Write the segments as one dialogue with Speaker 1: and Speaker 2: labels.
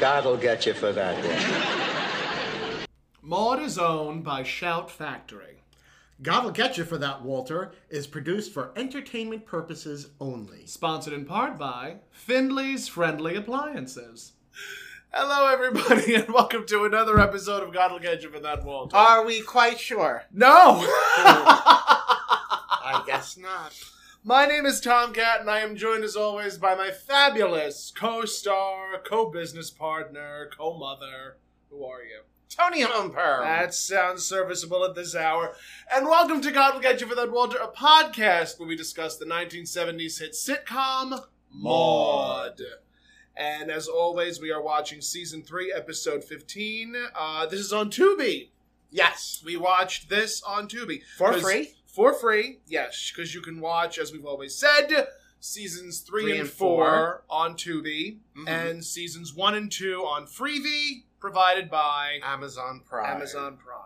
Speaker 1: God'll get you for that one.
Speaker 2: Maud is owned by Shout Factory.
Speaker 3: God'll Get You for That, Walter, is produced for entertainment purposes only.
Speaker 2: Sponsored in part by Findley's Friendly Appliances. Hello, everybody, and welcome to another episode of God'll Get You for That Walter.
Speaker 4: Are we quite sure?
Speaker 2: Uh, no!
Speaker 4: I guess not.
Speaker 2: my name is Tomcat, and I am joined as always by my fabulous co star, co business partner, co mother. Who are you?
Speaker 4: Tony Humper.
Speaker 2: That sounds serviceable at this hour. And welcome to God Will Get You for That, Walter, a podcast where we discuss the 1970s hit sitcom Maud. And as always, we are watching season three, episode 15. Uh, this is on Tubi.
Speaker 4: yes.
Speaker 2: We watched this on Tubi.
Speaker 4: For
Speaker 2: 'Cause-
Speaker 4: free?
Speaker 2: For free, yes, because you can watch, as we've always said, seasons three, and, four, on Tubi,
Speaker 4: Mhm.
Speaker 2: and seasons one and two on Freevee, provided by
Speaker 4: Amazon Prime.
Speaker 2: Amazon Prime.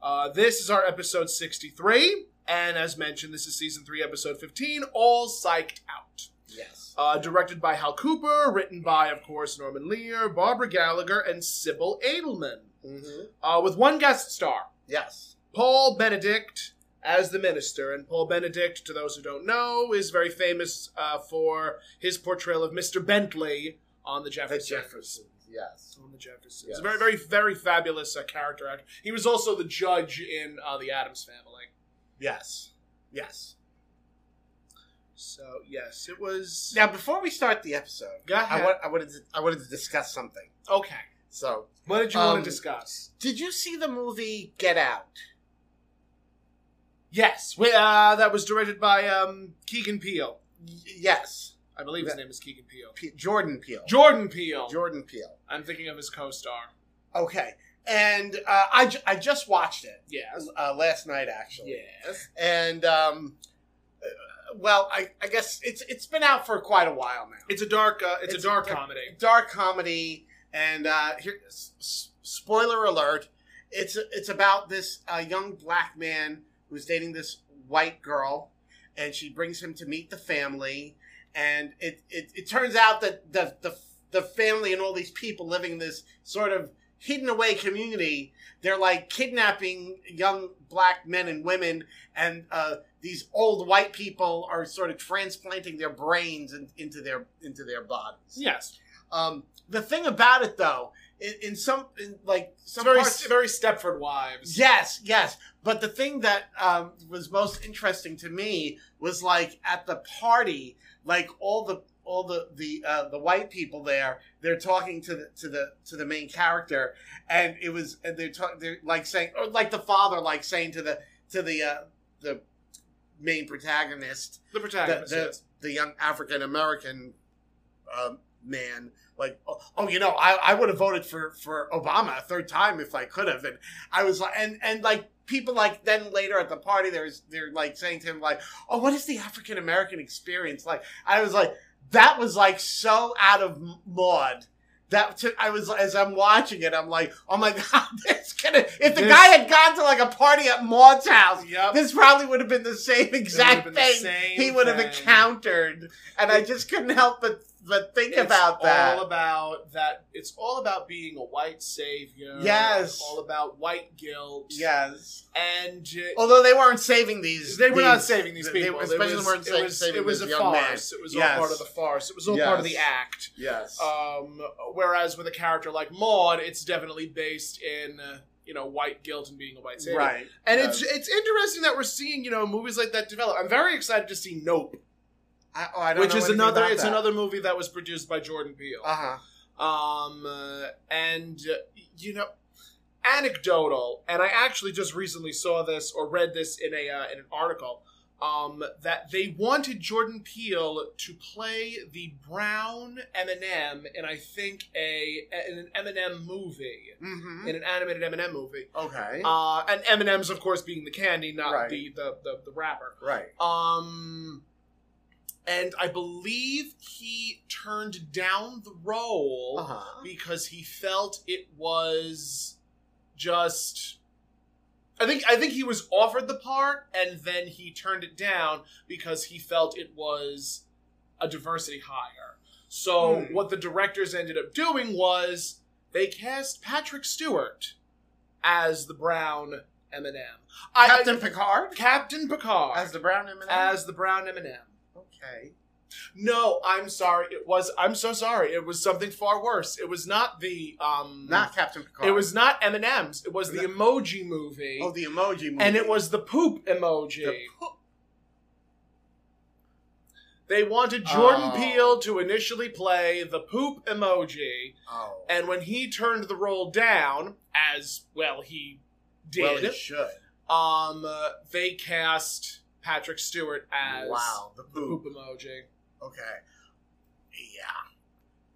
Speaker 2: Uh, this is our episode 63, and as mentioned, this is season 3, episode 15, All Psyched Out.
Speaker 4: Yes.
Speaker 2: Uh, directed by Hal Cooper, written by, of course, Norman Lear, Barbara Gallagher, and Sybil Edelman,
Speaker 4: Mm-hmm.
Speaker 2: uh, with one guest star,
Speaker 4: Yes.
Speaker 2: Paul Benedict as the minister. And Paul Benedict, to those who don't know, is very famous uh, for his portrayal of Mr. Bentley on The
Speaker 4: The
Speaker 2: Jeffersons.
Speaker 4: Jeffersons. Yes.
Speaker 2: On the Jeffersons.
Speaker 4: Yes.
Speaker 2: Very, very, very fabulous uh, character actor. He was also the judge in uh, the Adams Family.
Speaker 4: Yes. Yes.
Speaker 2: So yes, it was.
Speaker 4: Now, before we start the episode,
Speaker 2: Go
Speaker 4: I,
Speaker 2: ahead.
Speaker 4: wa- I wanted to, I wanted to discuss something.
Speaker 2: okay.
Speaker 4: So,
Speaker 2: What did you want
Speaker 4: Um,
Speaker 2: to discuss?
Speaker 4: did you see the movie Get Out?
Speaker 2: Yes, we, uh, that was directed by um, Keegan Peele.
Speaker 4: Y- yes.
Speaker 2: I believe his
Speaker 4: Yeah.
Speaker 2: name is Keegan Peele.
Speaker 4: P- Jordan Peele.
Speaker 2: Jordan Peele.
Speaker 4: Jordan Peele.
Speaker 2: I'm thinking of his co-star.
Speaker 4: Okay. And uh, I, ju- I just watched it
Speaker 2: Yes.
Speaker 4: uh, last night, actually.
Speaker 2: Yes.
Speaker 4: and um, uh, well, I, I guess it's it's been out for quite a while now.
Speaker 2: It's a dark. Uh, it's,
Speaker 4: It's
Speaker 2: a
Speaker 4: a
Speaker 2: dark
Speaker 4: dark-
Speaker 2: comedy.
Speaker 4: dark comedy, and uh, here, s- s- spoiler alert, it's it's about this uh, young black man who's dating this white girl, and she brings him to meet the family, and it it, it turns out that the the the family and all these people living in this sort of hidden away community they're like kidnapping young black men and women and uh, these old white people are sort of transplanting their brains in, into their into their bodies
Speaker 2: Yes.
Speaker 4: um, the thing about it, though, in, in some, in, like
Speaker 2: It's
Speaker 4: some
Speaker 2: very
Speaker 4: parts,
Speaker 2: very Stepford Wives.
Speaker 4: yes, yes. But the thing that um, was most interesting to me was like at the party, like all the all the the uh, the white people there, they're talking to the to the to the main character, and it was and they're talking, they're like saying, or like the father, like saying to the to the uh, the main protagonist,
Speaker 2: The
Speaker 4: the,
Speaker 2: protagonist.
Speaker 4: the,
Speaker 2: yes.
Speaker 4: the young African American um, man, like, oh, oh, you know, I, I would have voted for for Obama a third time if I could have, and I was like, and and like people like then later at the party, there's they're like saying to him like, oh, what is the African American experience like? I was like, that was like so out of Maud. That to, I was as I'm watching it, I'm like, oh my god, this gonna. If the
Speaker 2: This-
Speaker 4: guy had gone to like a party at Maud's house,
Speaker 2: Yep.
Speaker 4: this probably would have been the same
Speaker 2: It would've
Speaker 4: exact
Speaker 2: been
Speaker 4: thing
Speaker 2: the same
Speaker 4: he would have
Speaker 2: thing.
Speaker 4: encountered, and I just couldn't help but but think
Speaker 2: It's
Speaker 4: about that.
Speaker 2: All about that. It's all about being a white savior.
Speaker 4: Yes.
Speaker 2: It's all about white guilt.
Speaker 4: yes,
Speaker 2: And uh,
Speaker 4: although they weren't saving these,
Speaker 2: they were not
Speaker 4: Oh, these-
Speaker 2: saving these
Speaker 4: they-
Speaker 2: people. It
Speaker 4: especially
Speaker 2: was-
Speaker 4: they weren't
Speaker 2: it
Speaker 4: sa-
Speaker 2: was-
Speaker 4: saving
Speaker 2: It was
Speaker 4: this
Speaker 2: a
Speaker 4: young man.
Speaker 2: farce. It was all
Speaker 4: Yes. Uh,
Speaker 2: part of the farce. It was all part of the
Speaker 4: Yes.
Speaker 2: act.
Speaker 4: Yes,
Speaker 2: Um, whereas with a character like Maud, it's definitely based in uh, you know white guilt and being a white savior.
Speaker 4: right.
Speaker 2: And
Speaker 4: Yeah.
Speaker 2: it's it's interesting that we're seeing you know movies like that develop. I'm very excited to see Nope,
Speaker 4: I, oh, I don't
Speaker 2: which
Speaker 4: know
Speaker 2: is
Speaker 4: anything
Speaker 2: another
Speaker 4: about
Speaker 2: it's
Speaker 4: that.
Speaker 2: another movie that was produced by Jordan Peele.
Speaker 4: Uh huh.
Speaker 2: Um, uh, and uh, you know, anecdotal, and I actually just recently saw this or read this in a uh, in an article. Um, that they wanted Jordan Peele to play the brown Eminem in I think a in an Eminem movie
Speaker 4: Mm-hmm.
Speaker 2: in an animated Eminem movie.
Speaker 4: Okay.
Speaker 2: Uh, and Eminem's of course being the candy, not
Speaker 4: Right.
Speaker 2: the, the the the rapper.
Speaker 4: right.
Speaker 2: Um, and I believe he turned down the role
Speaker 4: Uh huh.
Speaker 2: because he felt it was just I think I think he was offered the part and then he turned it down because he felt it was a diversity hire. So
Speaker 4: Hmm.
Speaker 2: what the directors ended up doing was they cast Patrick Stewart as the brown M&M. I-
Speaker 4: Captain Picard
Speaker 2: Captain Picard
Speaker 4: as the brown M&M.
Speaker 2: as the brown M&M.
Speaker 4: okay.
Speaker 2: No, I'm sorry. It was I'm so sorry. It was something far worse. It was not the um
Speaker 4: Not Captain Picard.
Speaker 2: it was not M&M's. It was the emoji movie.
Speaker 4: oh the emoji movie.
Speaker 2: and it was the poop emoji.
Speaker 4: The po-
Speaker 2: They wanted Jordan
Speaker 4: Oh.
Speaker 2: Peele to initially play the poop emoji,
Speaker 4: oh.
Speaker 2: and when he turned the role down, as well he did,
Speaker 4: well, it should.
Speaker 2: um, uh, they cast Patrick Stewart as
Speaker 4: wow, the
Speaker 2: the
Speaker 4: poop.
Speaker 2: poop emoji.
Speaker 4: Okay. Yeah.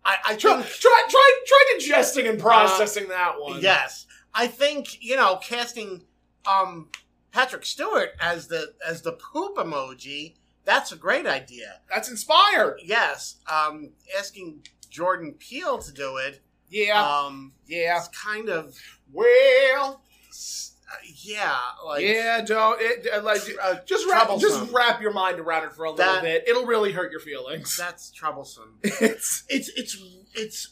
Speaker 4: I, I
Speaker 2: Try,
Speaker 4: think
Speaker 2: try, try, try digesting and processing that one.
Speaker 4: yes. I think, you know, casting um Patrick Stewart as the as the poop emoji, that's a great idea.
Speaker 2: that's inspired.
Speaker 4: Yes. Um asking Jordan Peele to do it.
Speaker 2: Yeah,
Speaker 4: Um
Speaker 2: yeah.
Speaker 4: it's kind of
Speaker 2: Well,
Speaker 4: s- uh, yeah, like
Speaker 2: yeah. Don't it, uh, like
Speaker 4: tr- uh,
Speaker 2: just wrap, just
Speaker 4: troublesome.
Speaker 2: wrap your mind around it for a little
Speaker 4: That-
Speaker 2: bit. It'll really hurt your feelings.
Speaker 4: that's troublesome.
Speaker 2: it's
Speaker 4: it's it's it's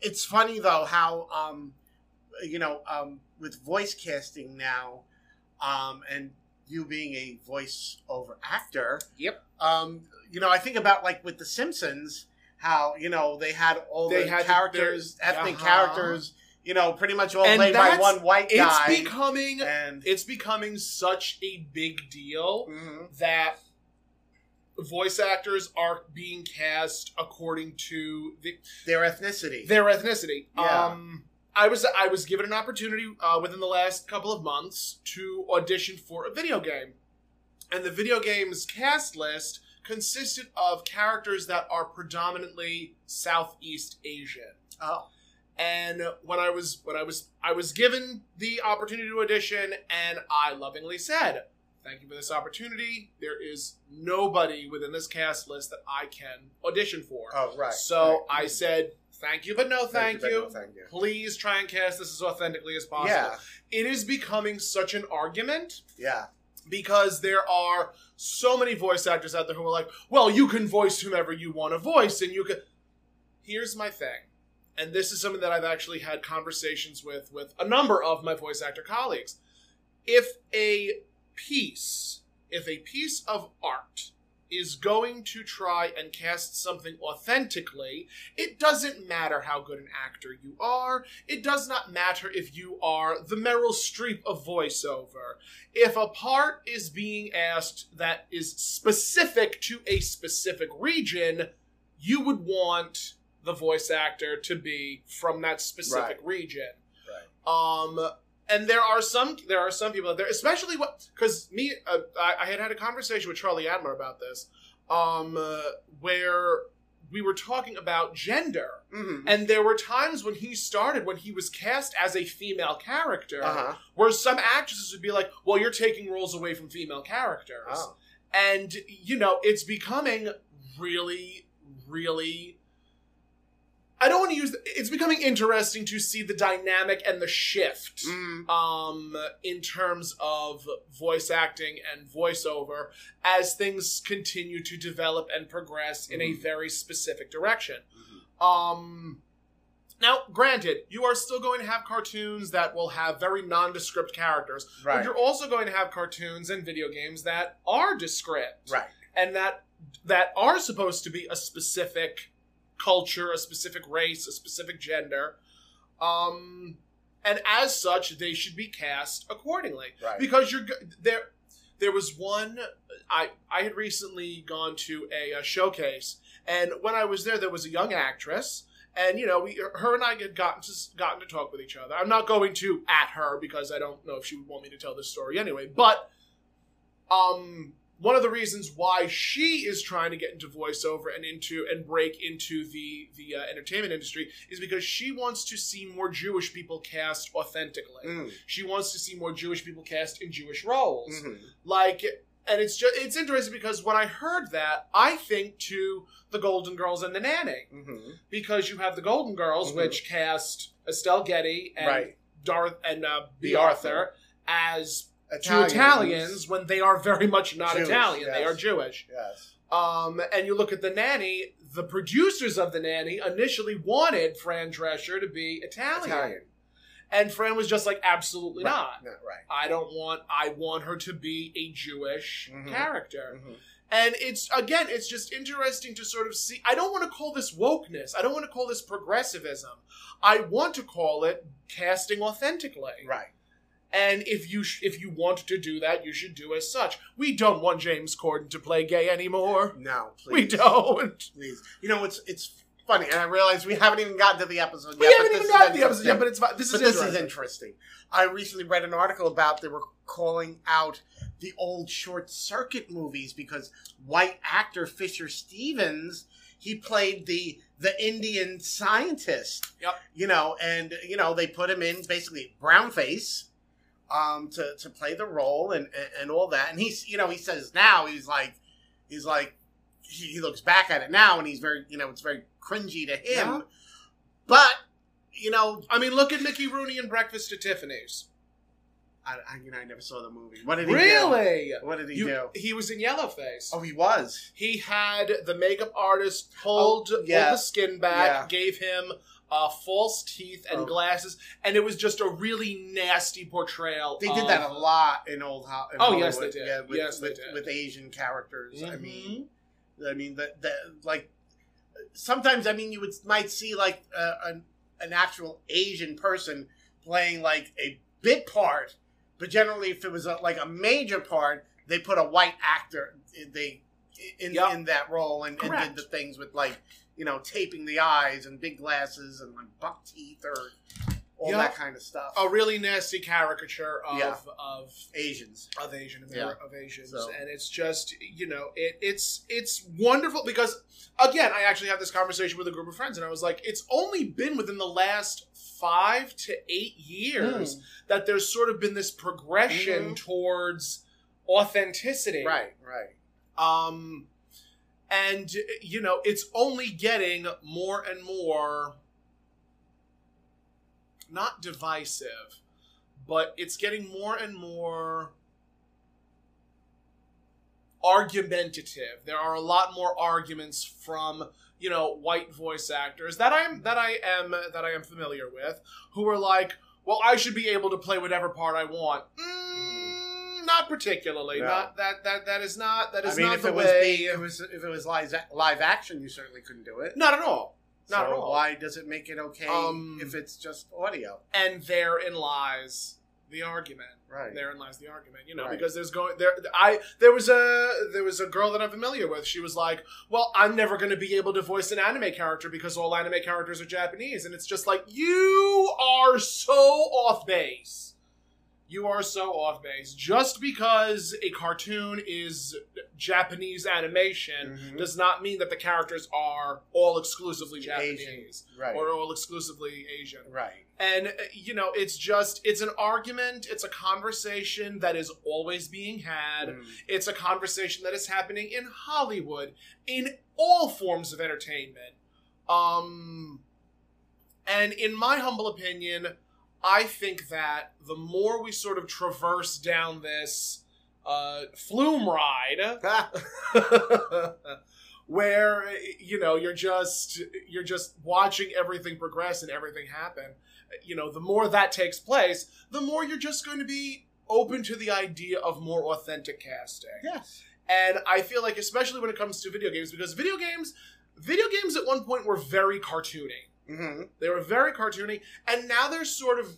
Speaker 4: it's funny though how um you know um with voice casting now um and you being a voice over actor
Speaker 2: Yep.
Speaker 4: um you know i think about like with the simpsons how you know they had all
Speaker 2: They
Speaker 4: the
Speaker 2: had the-
Speaker 4: characters
Speaker 2: their-
Speaker 4: ethnic
Speaker 2: Uh-huh.
Speaker 4: characters you know pretty much all
Speaker 2: And
Speaker 4: played by
Speaker 2: that's-
Speaker 4: one white
Speaker 2: it's
Speaker 4: guy
Speaker 2: becoming
Speaker 4: and
Speaker 2: it's becoming such a big deal
Speaker 4: Mhm.
Speaker 2: that voice actors are being cast according to the,
Speaker 4: their ethnicity
Speaker 2: their ethnicity.
Speaker 4: Yeah.
Speaker 2: Um, I was I was given an opportunity uh, within the last couple of months to audition for a video game, and the video game's cast list consisted of characters that are predominantly Southeast Asian.
Speaker 4: oh
Speaker 2: And when I was when I was I was given the opportunity to audition, and I lovingly said, "Thank you for this opportunity. There is nobody within this cast list that I can audition for."
Speaker 4: oh right
Speaker 2: so
Speaker 4: right.
Speaker 2: I said, "Thank you, but no, thank,
Speaker 4: but
Speaker 2: you.
Speaker 4: no thank you
Speaker 2: Please try and cast this as authentically as possible."
Speaker 4: yeah
Speaker 2: It is becoming such an argument
Speaker 4: yeah
Speaker 2: because there are so many voice actors out there who are like, well, you can voice whomever you want to voice, and you can. Here's my thing, and this is something that I've actually had conversations with with a number of my voice actor colleagues. If a piece, if a piece of art is going to try and cast something authentically, it doesn't matter how good an actor you are. It does not matter if you are the Meryl Streep of voiceover if a part is being asked that is specific to a specific region, you would want the voice actor to be from that specific region. Um, and there are some there are some people out there, especially what because me uh, I, I had had a conversation with Charlie Adler about this, um, uh, where we were talking about gender,
Speaker 4: Mhm.
Speaker 2: and there were times when he started when he was cast as a female character
Speaker 4: uh-huh
Speaker 2: where some actresses would be like, "Well, you're taking roles away from female characters,"
Speaker 4: oh.
Speaker 2: and you know, it's becoming really, really. I don't want to use. It's becoming interesting to see the dynamic and the shift
Speaker 4: Mm.
Speaker 2: um, in terms of voice acting and voiceover as things continue to develop and progress in a
Speaker 4: Mhm.
Speaker 2: very specific direction. Um, now, granted, you are still going to have cartoons that will have very nondescript characters, but
Speaker 4: Right.
Speaker 2: you're also going to have cartoons and video games that are descript
Speaker 4: Right.
Speaker 2: and that that are supposed to be a specific culture, a specific race, a specific gender. Um, and as such, they should be cast accordingly
Speaker 4: Right.
Speaker 2: because you're go- there. There was one I I had recently gone to a, uh showcase, and when I was there, there was a young actress, and you know, we her and I had gotten to s- gotten to talk with each other. I'm not going to at her because I don't know if she would want me to tell this story anyway. But um, one of the reasons why she is trying to get into voiceover and into and break into the the uh, entertainment industry is because she wants to see more Jewish people cast authentically.
Speaker 4: Mm.
Speaker 2: She wants to see more Jewish people cast in Jewish roles.
Speaker 4: Mhm.
Speaker 2: Like, and it's just it's interesting because when I heard that, I think to the Golden Girls and the Nanny
Speaker 4: Mhm.
Speaker 2: because you have the Golden Girls,
Speaker 4: Mhm.
Speaker 2: which cast Estelle Getty and
Speaker 4: Right.
Speaker 2: Darth and uh, B.
Speaker 4: B.
Speaker 2: Arthur as two Italians when they are very much not
Speaker 4: Jewish,
Speaker 2: Italian; they
Speaker 4: yes.
Speaker 2: are Jewish.
Speaker 4: Yes.
Speaker 2: Um, and you look at the nanny, the producers of The Nanny initially wanted Fran Drescher to be Italian.
Speaker 4: Italian.
Speaker 2: And Fran was just like, absolutely
Speaker 4: Right.
Speaker 2: not.
Speaker 4: No, right.
Speaker 2: I don't want, I want her to be a Jewish
Speaker 4: Mhm.
Speaker 2: character.
Speaker 4: Mhm.
Speaker 2: And it's, again, it's just interesting to sort of see. I don't want to call this wokeness. I don't want to call this progressivism. I want to call it casting authentically.
Speaker 4: Right.
Speaker 2: And if you sh- if you want to do that, you should do as such. We don't want James Corden to play gay anymore.
Speaker 4: No, please.
Speaker 2: We don't.
Speaker 4: Please. You know, it's it's funny, and I realize we haven't even gotten to the episode
Speaker 2: We
Speaker 4: yet.
Speaker 2: haven't
Speaker 4: but
Speaker 2: even
Speaker 4: this
Speaker 2: gotten
Speaker 4: is
Speaker 2: the episode yet,
Speaker 4: interesting.
Speaker 2: but it's fine. This
Speaker 4: But
Speaker 2: is
Speaker 4: this is
Speaker 2: interesting.
Speaker 4: interesting. I recently read an article about they were calling out the old short circuit movies because white actor Fisher Stevens he played the the Indian scientist.
Speaker 2: Yep.
Speaker 4: You know, and you know they put him in basically brownface um, to to play the role and, and and all that. And he's you know he says now he's like he's like he, he looks back at it now and he's very you know it's very cringy to him.
Speaker 2: Yeah.
Speaker 4: But you know
Speaker 2: I mean, look at Mickey Rooney in Breakfast at Tiffany's.
Speaker 4: I, I you know I never saw the movie. What did he
Speaker 2: Really?
Speaker 4: do? What did he
Speaker 2: You-
Speaker 4: do?
Speaker 2: he was in Yellowface.
Speaker 4: Oh, he was.
Speaker 2: He had the makeup artist pulled,
Speaker 4: Oh, yeah.
Speaker 2: pulled the skin back,
Speaker 4: Yeah.
Speaker 2: gave him uh, false teeth and
Speaker 4: Oh.
Speaker 2: glasses, and it was just a really nasty portrayal.
Speaker 4: They did
Speaker 2: of-
Speaker 4: that a lot in old Ho- in
Speaker 2: Oh, yes, they
Speaker 4: Hollywood.
Speaker 2: did.
Speaker 4: Yeah, with,
Speaker 2: Yes, they
Speaker 4: with,
Speaker 2: did.
Speaker 4: with Asian characters. I
Speaker 2: Mhm.
Speaker 4: mean, I mean that that like sometimes I mean you would might see like uh, an an actual Asian person playing like a bit part, but generally if it was a, like a major part, they put a white actor they in
Speaker 2: Yep.
Speaker 4: in that role and, and
Speaker 2: Correct.
Speaker 4: did the things with like you know taping the eyes and big glasses and like buck teeth or all
Speaker 2: Yep.
Speaker 4: that kind of stuff.
Speaker 2: a really nasty caricature of
Speaker 4: Yeah.
Speaker 2: of
Speaker 4: Asians.
Speaker 2: of Asian Amer-
Speaker 4: Yeah.
Speaker 2: of Asians,
Speaker 4: So-
Speaker 2: and it's just you know it, it's it's wonderful because again I actually had this conversation with a group of friends, and I was like, it's only been within the last five to eight
Speaker 4: Hmm.
Speaker 2: years that there's sort of been this progression
Speaker 4: Mhm.
Speaker 2: towards authenticity,
Speaker 4: Right, right.
Speaker 2: Um, and you know it's only getting more and more not divisive, but it's getting more and more argumentative. There are a lot more arguments from you know white voice actors that I'm that I am that I am familiar with who are like, well, I should be able to play whatever part I want. Mm, not particularly.
Speaker 4: No.
Speaker 2: Not that that that is not that is
Speaker 4: I mean,
Speaker 2: not
Speaker 4: if
Speaker 2: the
Speaker 4: it was
Speaker 2: way.
Speaker 4: being, it was if it was live live action, you certainly couldn't do it.
Speaker 2: not at all. Not
Speaker 4: so
Speaker 2: at all.
Speaker 4: Why does it make it okay
Speaker 2: Um,
Speaker 4: if it's just audio?
Speaker 2: And therein lies the argument.
Speaker 4: Right.
Speaker 2: Therein lies the argument, you know,
Speaker 4: Right.
Speaker 2: because there's going there. I there was a there was a girl that I'm familiar with. She was like, "Well, I'm never going to be able to voice an anime character because all anime characters are Japanese," and it's just like you are so off base. You are so off base. Just because a cartoon is Japanese animation
Speaker 4: Mhm.
Speaker 2: does not mean that the characters are all exclusively
Speaker 4: Asian.
Speaker 2: Japanese
Speaker 4: Right.
Speaker 2: or all exclusively Asian.
Speaker 4: right.
Speaker 2: And, uh, you know, it's just, it's an argument, it's a conversation that is always being had.
Speaker 4: Mm.
Speaker 2: It's a conversation that is happening in Hollywood, in all forms of entertainment. Um, and in my humble opinion, I think that the more we sort of traverse down this uh, flume ride, where you know you're just you're just watching everything progress and everything happen you know the more that takes place the more you're just going to be open to the idea of more authentic casting
Speaker 4: Yes.
Speaker 2: and i feel like especially when it comes to video games because video games video games at one point were very cartoony
Speaker 4: hmm
Speaker 2: they were very cartoony and now they're sort of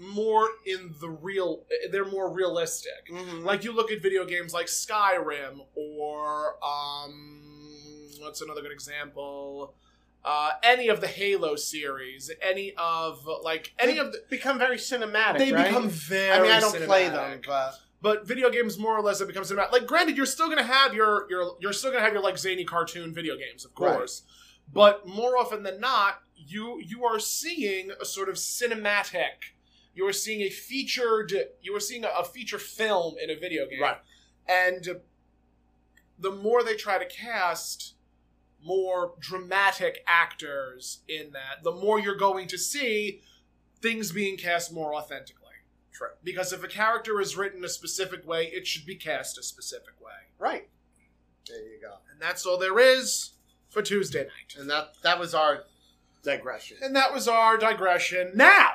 Speaker 2: more in the real they're more realistic
Speaker 4: Mm-hmm.
Speaker 2: like you look at video games like Skyrim or um, what's another good example? Uh, any of the Halo series, any of like any of the,
Speaker 4: become very cinematic.
Speaker 2: they
Speaker 4: right?
Speaker 2: become very.
Speaker 4: I mean, I don't play
Speaker 2: cinematic.
Speaker 4: them, but
Speaker 2: but video games more or less have become cinematic. Like, granted, you're still gonna have your your you're still gonna have your like zany cartoon video games, of
Speaker 4: Right.
Speaker 2: course. But more often than not, you you are seeing a sort of cinematic. You are seeing a featured. You are seeing a, a feature film in a video game,
Speaker 4: Right.
Speaker 2: And the more they try to cast more dramatic actors in that, the more you're going to see things being cast more authentically.
Speaker 4: True.
Speaker 2: Because if a character is written a specific way, it should be cast a specific way.
Speaker 4: right. There you go.
Speaker 2: And that's all there is. for Tuesday night.
Speaker 4: And that that was our digression.
Speaker 2: And that was our digression. Now,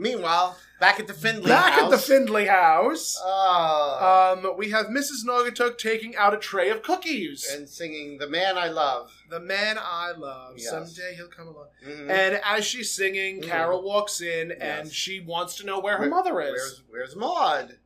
Speaker 4: Meanwhile, back at the Findlay
Speaker 2: back at the
Speaker 4: house-
Speaker 2: Findlay house,
Speaker 4: Ah,
Speaker 2: um, we have Mrs. Nogatuk taking out a tray of cookies.
Speaker 4: and singing "The Man I Love."
Speaker 2: the man I love.
Speaker 4: Yes.
Speaker 2: Someday he'll come along.
Speaker 4: Mhm.
Speaker 2: And as she's singing,
Speaker 4: Mhm.
Speaker 2: Carol walks in and
Speaker 4: Yes.
Speaker 2: she wants to know where her
Speaker 4: Where-
Speaker 2: mother is.
Speaker 4: Where's Where's Maud?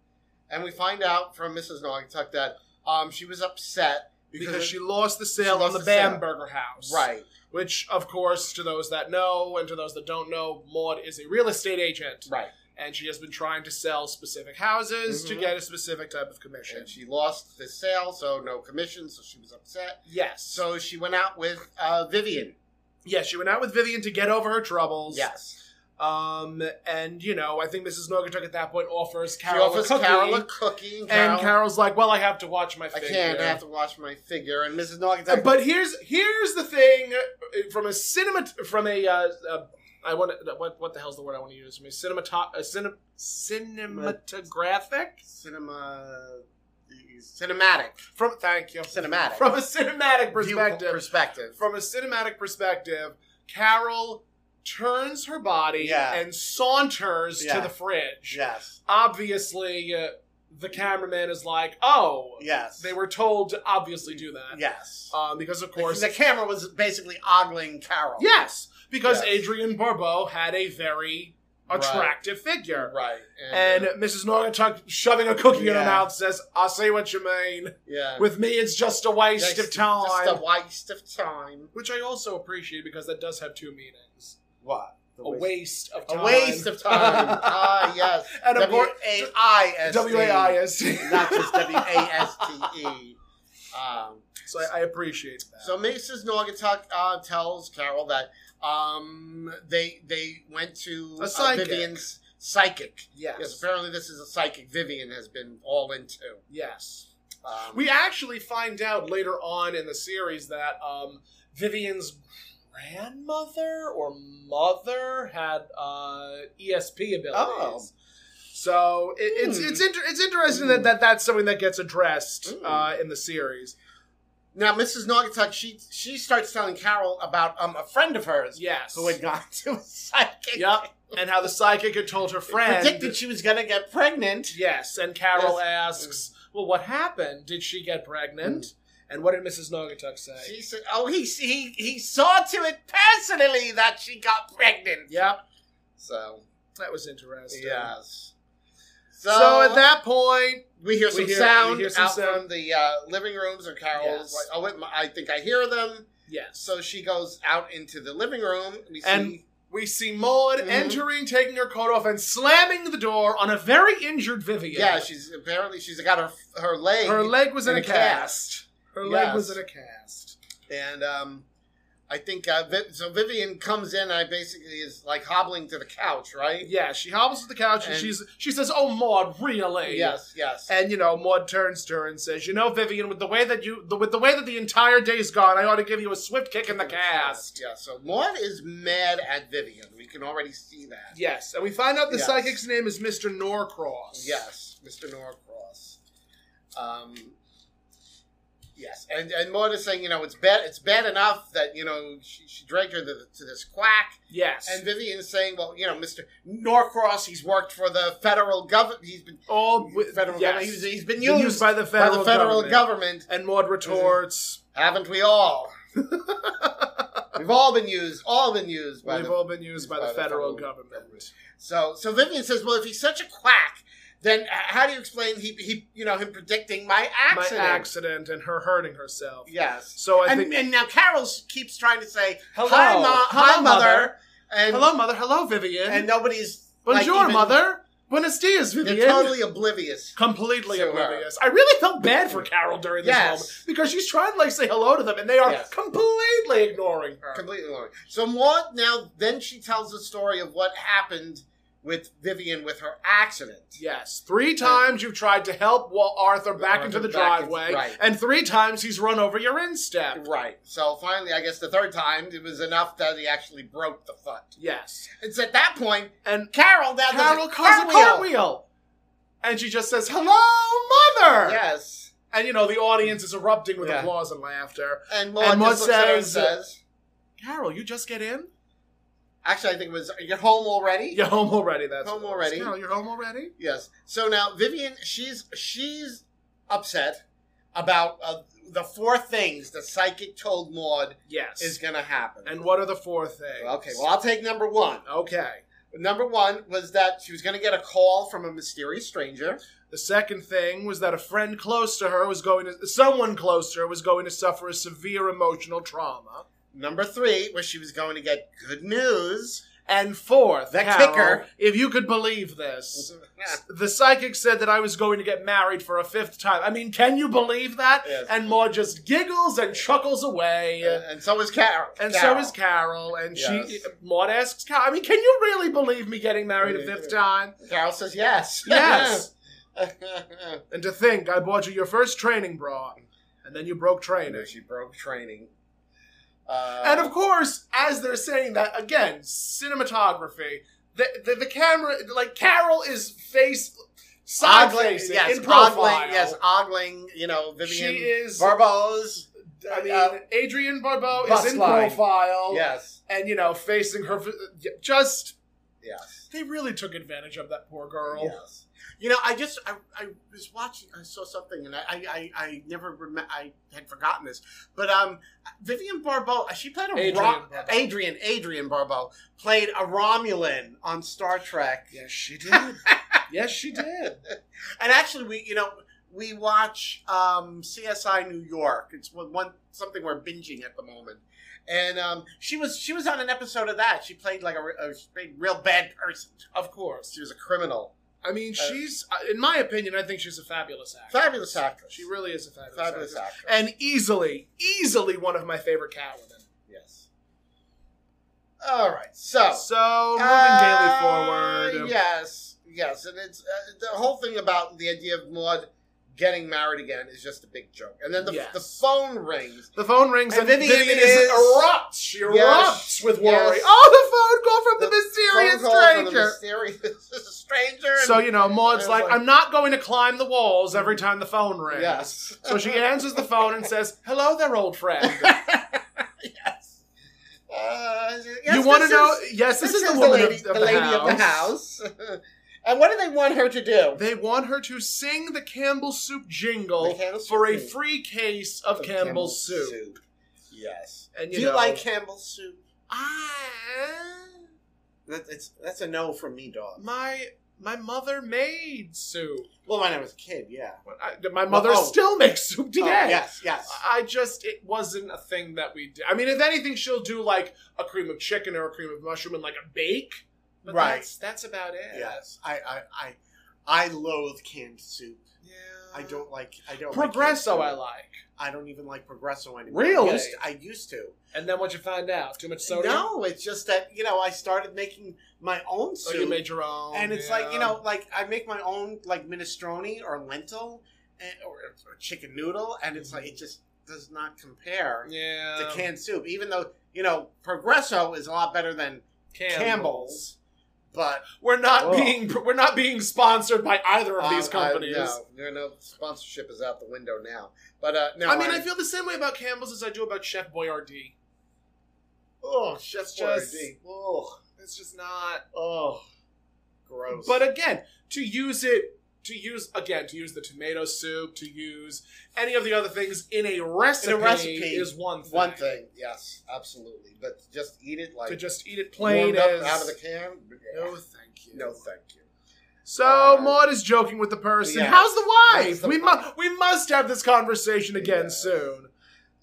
Speaker 4: And we find out from Mrs. Naugatuck that um, she was upset
Speaker 2: because,
Speaker 4: of-
Speaker 2: she lost the sale
Speaker 4: lost
Speaker 2: on the,
Speaker 4: the sale.
Speaker 2: Bamberger house.
Speaker 4: right.
Speaker 2: Which, of course, to those that know and to those that don't know, Maud is a real estate agent.
Speaker 4: Right.
Speaker 2: And she has been trying to sell specific houses to
Speaker 4: Mhm.
Speaker 2: get a specific type of commission.
Speaker 4: And she lost the sale, so no commission, so she was upset.
Speaker 2: yes. So,
Speaker 4: So she went out with uh, Vivian.
Speaker 2: yes, she went out with Vivian to get over her troubles.
Speaker 4: Yes.
Speaker 2: Um, and, you know, I think Mrs. Nogatuk at that point offers
Speaker 4: She
Speaker 2: Carol
Speaker 4: offers
Speaker 2: a cookie.
Speaker 4: Carol a cookie. And Carol,
Speaker 2: and Carol's like, well, I have to watch my
Speaker 4: I
Speaker 2: figure.
Speaker 4: can't. I have to wash my figure. And Mrs.
Speaker 2: Uh,
Speaker 4: Naugatuck.
Speaker 2: but here's here's the thing uh, from a cinema from a uh, uh, I want what what the hell's the word I want to use from a cinematog a cine, cinematographic
Speaker 4: cinema, cinematic,
Speaker 2: from thank you
Speaker 4: cinematic
Speaker 2: from a cinematic
Speaker 4: View-
Speaker 2: perspective
Speaker 4: perspective.
Speaker 2: from a cinematic perspective Carol turns her body
Speaker 4: Yeah.
Speaker 2: and saunters
Speaker 4: Yeah.
Speaker 2: to the fridge
Speaker 4: Yes.
Speaker 2: obviously uh, the cameraman is like oh
Speaker 4: Yes.
Speaker 2: they were told to obviously do that
Speaker 4: Yes.
Speaker 2: um, because of course
Speaker 4: The camera was basically ogling Carol.
Speaker 2: Yes, because
Speaker 4: Yes.
Speaker 2: Adrian Barbeau had a very
Speaker 4: Right.
Speaker 2: attractive figure.
Speaker 4: Right. uh,
Speaker 2: And Mrs. Norgatuck shoving a cookie in her
Speaker 4: Yeah.
Speaker 2: mouth says, I see what you mean.
Speaker 4: yeah.
Speaker 2: With me, it's just a waste of
Speaker 4: Just-
Speaker 2: time.
Speaker 4: Just a waste of time.
Speaker 2: Which I also appreciate because that does have two meanings.
Speaker 4: What?
Speaker 2: A waste of time.
Speaker 4: A waste of time. ah, yes.
Speaker 2: And a
Speaker 4: W
Speaker 2: more
Speaker 4: A I S T.
Speaker 2: W-A-I-S-T.
Speaker 4: Not just W A S T E. Um,
Speaker 2: So I, I appreciate that.
Speaker 4: so Mrs. Naugatuck uh, tells Carol that um, they they went to
Speaker 2: A
Speaker 4: uh,
Speaker 2: psychic.
Speaker 4: Vivian's psychic.
Speaker 2: yes.
Speaker 4: Yes, apparently this is a psychic Vivian has been all into.
Speaker 2: Yes.
Speaker 4: Um,
Speaker 2: We actually find out later on in the series that um, Vivian's grandmother or mother had uh, ESP abilities.
Speaker 4: Oh.
Speaker 2: So it, it's
Speaker 4: Hmm.
Speaker 2: it's inter- it's interesting
Speaker 4: Hmm.
Speaker 2: that, that that's something that gets addressed
Speaker 4: Hmm.
Speaker 2: uh, in the series.
Speaker 4: Now, Mrs. Naugatuck, she she starts telling Carol about um, a friend of hers
Speaker 2: Yes.
Speaker 4: who had gone to a psychic.
Speaker 2: Yep. and how the psychic had told her friend.
Speaker 4: Predicted she was going to get pregnant.
Speaker 2: Yes. And Carol
Speaker 4: Yes.
Speaker 2: asks, "Well, what happened? Did she get pregnant?" And what did Mrs. Nogatuck say?
Speaker 4: Hmm. She said, "Oh, he he he saw to it personally that she got pregnant."
Speaker 2: yep.
Speaker 4: So
Speaker 2: That was interesting.
Speaker 4: yes. So,
Speaker 2: So, at that point,
Speaker 4: we hear
Speaker 2: we
Speaker 4: some
Speaker 2: hear-
Speaker 4: sound
Speaker 2: we hear some
Speaker 4: out
Speaker 2: sound.
Speaker 4: from the uh, living rooms, and Carol's
Speaker 2: Yes.
Speaker 4: like, "Oh, it, I think I hear them."
Speaker 2: yes.
Speaker 4: So she goes out into the living room. We see
Speaker 2: And We see Maud
Speaker 4: Mhm.
Speaker 2: entering, taking her coat off, and slamming the door on a very injured Vivian.
Speaker 4: yeah, she's apparently she's got her her leg
Speaker 2: her leg was in,
Speaker 4: in
Speaker 2: a
Speaker 4: a
Speaker 2: cast. Her leg
Speaker 4: Yes.
Speaker 2: was in a cast.
Speaker 4: and um, I think uh, Viv- so. Vivian comes in. and I basically is like hobbling to the couch, right?
Speaker 2: Yeah, she hobbles to the couch and,
Speaker 4: And-
Speaker 2: she's she says, "Oh, Maud, really?"
Speaker 4: Yes, yes.
Speaker 2: And you know, Maud turns to her and says, "You know, Vivian, with the way that you the, with the way that the entire day's gone, I ought to give you a swift kick in the cast."
Speaker 4: Yeah, so Maud is mad at Vivian. We can already see that.
Speaker 2: Yes, and we find out the
Speaker 4: Yes.
Speaker 2: psychic's name is Mister Norcross.
Speaker 4: Yes, Mr. Norcross. Um, yes, and and Maud is saying, you know, it's bad. It's bad enough that you know she, she dragged her to, the, to this quack.
Speaker 2: yes,
Speaker 4: And Vivian is saying, well, you know, Mr. Norcross, he's worked for the federal government. He's been
Speaker 2: all with,
Speaker 4: federal
Speaker 2: yes.
Speaker 4: government. He's, he's been
Speaker 2: Been
Speaker 4: used,
Speaker 2: used by the
Speaker 4: by
Speaker 2: federal
Speaker 4: the federal
Speaker 2: government.
Speaker 4: government.
Speaker 2: And Maud retorts,
Speaker 4: haven't we all? We've all been used. All been used by
Speaker 2: We've
Speaker 4: the
Speaker 2: all been used by, the federal, government.
Speaker 4: So, so Vivian says, "Well, if he's such a quack, then uh, how do you explain he, he you know, him predicting my accident?"
Speaker 2: My accident and her hurting herself.
Speaker 4: Yes.
Speaker 2: So I
Speaker 4: and,
Speaker 2: think.
Speaker 4: and now Carol keeps trying to say,
Speaker 2: Hello.
Speaker 4: "Hi, ma- hi,
Speaker 2: Hello,
Speaker 4: mother,",
Speaker 2: mother.
Speaker 4: and
Speaker 2: hello, mother. Hello, Vivian.
Speaker 4: and nobody's like,
Speaker 2: Bonjour,
Speaker 4: even-
Speaker 2: mother. Buenos dias,
Speaker 4: They're
Speaker 2: Vivian.
Speaker 4: totally oblivious.
Speaker 2: Completely
Speaker 4: So, uh,
Speaker 2: oblivious. I really felt bad for Carol during this
Speaker 4: Yes.
Speaker 2: moment because she's trying to like say hello to them and they are
Speaker 4: Yes.
Speaker 2: completely ignoring her.
Speaker 4: Completely wrong. So Maud now then she tells the story of what happened with Vivian with her accident.
Speaker 2: Yes, three times you've tried to help Wa- Arthur back
Speaker 4: Arthur
Speaker 2: into the
Speaker 4: back in-
Speaker 2: driveway,
Speaker 4: right.
Speaker 2: and three times he's run over your instep.
Speaker 4: Right. So finally, I guess the third time it was enough that he actually broke the foot.
Speaker 2: Yes,
Speaker 4: It's at that point
Speaker 2: and
Speaker 4: Carol now does
Speaker 2: Carol
Speaker 4: a
Speaker 2: calls a
Speaker 4: cartwheel.
Speaker 2: cartwheel, and she just says, "Hello, mother."
Speaker 4: Yes.
Speaker 2: And you know the audience is erupting with
Speaker 4: Yeah.
Speaker 2: applause and laughter.
Speaker 4: And
Speaker 2: And
Speaker 4: Maud
Speaker 2: Maud
Speaker 4: just looks at her and
Speaker 2: says,
Speaker 4: says,
Speaker 2: Carol, you just get in?
Speaker 4: actually, I think it was, you're home already?
Speaker 2: You're home already. That's
Speaker 4: Home
Speaker 2: what it was.
Speaker 4: already.
Speaker 2: Carol, you're home already.
Speaker 4: Yes. So now Vivian, she's she's upset about uh, the four things the psychic told Maud
Speaker 2: Yes.
Speaker 4: is going to happen.
Speaker 2: and what are the four things?
Speaker 4: okay, well, I'll take number one.
Speaker 2: Okay.
Speaker 4: Number one was that she was going to get a call from a mysterious stranger.
Speaker 2: The second thing was that a friend close to her was going to someone close to her was going to suffer a severe emotional trauma.
Speaker 4: Number three was she was going to get good news.
Speaker 2: And fourth,
Speaker 4: The
Speaker 2: Carol,
Speaker 4: kicker.
Speaker 2: if you could believe this, the psychic said that I was going to get married for a fifth time. I mean, can you believe that?
Speaker 4: Yes.
Speaker 2: And Maud just giggles and chuckles away.
Speaker 4: And so was Carol.
Speaker 2: And so
Speaker 4: Carol.
Speaker 2: is Carol, and she
Speaker 4: Yes.
Speaker 2: Maud asks Carol. I mean, can you really believe me getting married a
Speaker 4: Yeah.
Speaker 2: fifth time?
Speaker 4: Carol says yes.
Speaker 2: Yes. and to think, I bought you your first training bra, and then you broke
Speaker 4: You know,
Speaker 2: training.
Speaker 4: she broke training. Uh,
Speaker 2: And of course, as they're saying that again, cinematography, the the, the camera, like Carol is face side
Speaker 4: ogling-
Speaker 2: facing
Speaker 4: yes,
Speaker 2: in profile.
Speaker 4: ogling, yes, ogling, you know,
Speaker 2: she
Speaker 4: Vivian
Speaker 2: is.
Speaker 4: Barbeau's.
Speaker 2: I mean,
Speaker 4: uh,
Speaker 2: Adrian Barbeau
Speaker 4: bust
Speaker 2: is in
Speaker 4: line.
Speaker 2: profile,
Speaker 4: Yes,
Speaker 2: and you know, facing her. f- Just
Speaker 4: yes,
Speaker 2: they really took advantage of that poor girl.
Speaker 4: yes. You know, I just I, I was watching. I saw something, and I I, I, I never remember. I had forgotten this, but um, Vivian Barbeau. uh, She played a
Speaker 2: Adrian
Speaker 4: Ro-
Speaker 2: Barbeau.
Speaker 4: Adrian Adrian Barbeau played a Romulan on Star Trek.
Speaker 2: Yes, she did. yes, she did.
Speaker 4: And actually, we you know we watch um, CSI New York. It's one, one something we're binging at the moment. And um, she was she was on an episode of that. She played like a, re- a she played real bad person.
Speaker 2: Of course.
Speaker 4: She was a criminal.
Speaker 2: I mean,
Speaker 4: Uh,
Speaker 2: she's, in my opinion, I think she's a fabulous actor.
Speaker 4: Fabulous actress.
Speaker 2: She really is a fabulous,
Speaker 4: fabulous
Speaker 2: actor.
Speaker 4: actress.
Speaker 2: and easily, easily one of my favorite Catwomen.
Speaker 4: yes. All right. So
Speaker 2: So moving
Speaker 4: uh,
Speaker 2: daily forward.
Speaker 4: Yes. Yes. And it's uh, the whole thing about the idea of Maud getting married again is just a big joke. And then the,
Speaker 2: Yes.
Speaker 4: the phone rings.
Speaker 2: The phone rings
Speaker 4: And
Speaker 2: and,
Speaker 4: Vivian
Speaker 2: Vivian,
Speaker 4: is-
Speaker 2: is, erupts. She erupts
Speaker 4: Yes,
Speaker 2: with
Speaker 4: yes.
Speaker 2: worry. Oh, the phone call from the,
Speaker 4: Phone
Speaker 2: mysterious
Speaker 4: call from the
Speaker 2: stranger.
Speaker 4: mysterious stranger.
Speaker 2: so you know, Maud's
Speaker 4: It's
Speaker 2: like,
Speaker 4: like-
Speaker 2: "I'm not going to climb the walls every time the phone rings."
Speaker 4: yes.
Speaker 2: So she answers the phone and says, "Hello there, old friend."
Speaker 4: yes. Uh, yes,
Speaker 2: you want to
Speaker 4: this
Speaker 2: know?
Speaker 4: is-
Speaker 2: yes,
Speaker 4: This,
Speaker 2: this,
Speaker 4: is,
Speaker 2: the
Speaker 4: the
Speaker 2: woman
Speaker 4: lady,
Speaker 2: of,
Speaker 4: the, lady of the house. and what do they want her to do?
Speaker 2: They want her to sing the Campbell soup jingle
Speaker 4: The Campbell soup
Speaker 2: for a
Speaker 4: jingle.
Speaker 2: free case of
Speaker 4: The
Speaker 2: Campbell's, soup.
Speaker 4: Yes.
Speaker 2: And
Speaker 4: Do
Speaker 2: you,
Speaker 4: you
Speaker 2: know,
Speaker 4: like Campbell's soup?
Speaker 2: I,
Speaker 4: That, it's, that's a no from me, dog.
Speaker 2: my my mother made soup.
Speaker 4: Well, when I was a kid, yeah.
Speaker 2: I, my mother
Speaker 4: oh.
Speaker 2: still makes soup today.
Speaker 4: Oh, yes, yes.
Speaker 2: I just it wasn't a thing that we did. I mean, if anything, she'll do like a cream of chicken or a cream of mushroom and like a bake. But
Speaker 4: Right.
Speaker 2: That's, that's about it.
Speaker 4: Yes. I, I, I, I loathe canned soup.
Speaker 2: Yeah.
Speaker 4: I don't like. I don't. like canned
Speaker 2: Progresso,
Speaker 4: soup.
Speaker 2: I like.
Speaker 4: I don't even like Progresso anymore.
Speaker 2: Really?
Speaker 4: I used to. I used to.
Speaker 2: And then what you find out? Too much soda.
Speaker 4: No, it's just that you know I started making my own
Speaker 2: So
Speaker 4: soup,
Speaker 2: Oh, you made your own.
Speaker 4: and it's like you know, like I make my own like minestrone or lentil and, or, or chicken noodle, and it's like it just does not compare
Speaker 2: Mm-hmm. yeah.
Speaker 4: to canned soup. Even though you know Progresso is a lot better than
Speaker 2: Campbell's.
Speaker 4: Campbell's, but
Speaker 2: We're not
Speaker 4: Whoa.
Speaker 2: being we're not being sponsored by either of these
Speaker 4: um, I-
Speaker 2: companies. Uh, I,
Speaker 4: no, no, no, sponsorship is out the window now. But uh, no,
Speaker 2: mean, I feel the same way about Campbell's as I do about Chef Boyardee.
Speaker 4: oh, Chef
Speaker 2: It's just-
Speaker 4: Boyardee, oh,
Speaker 2: It's just not.
Speaker 4: oh, gross.
Speaker 2: But again, to use it, to use again, to use the tomato soup, to use any of the other things in a recipe,
Speaker 4: recipe,
Speaker 2: is one thing.
Speaker 4: One thing, yes, absolutely. But just eat it like
Speaker 2: To just eat it plain
Speaker 4: warmed up
Speaker 2: as
Speaker 4: out of the can.
Speaker 2: no, thank you.
Speaker 4: No, thank you.
Speaker 2: So Maud is joking with the person.
Speaker 4: Yeah.
Speaker 2: How's the
Speaker 4: How's
Speaker 2: wife?
Speaker 4: the
Speaker 2: we
Speaker 4: wife?
Speaker 2: mu- we must have this conversation again
Speaker 4: Yes.
Speaker 2: soon.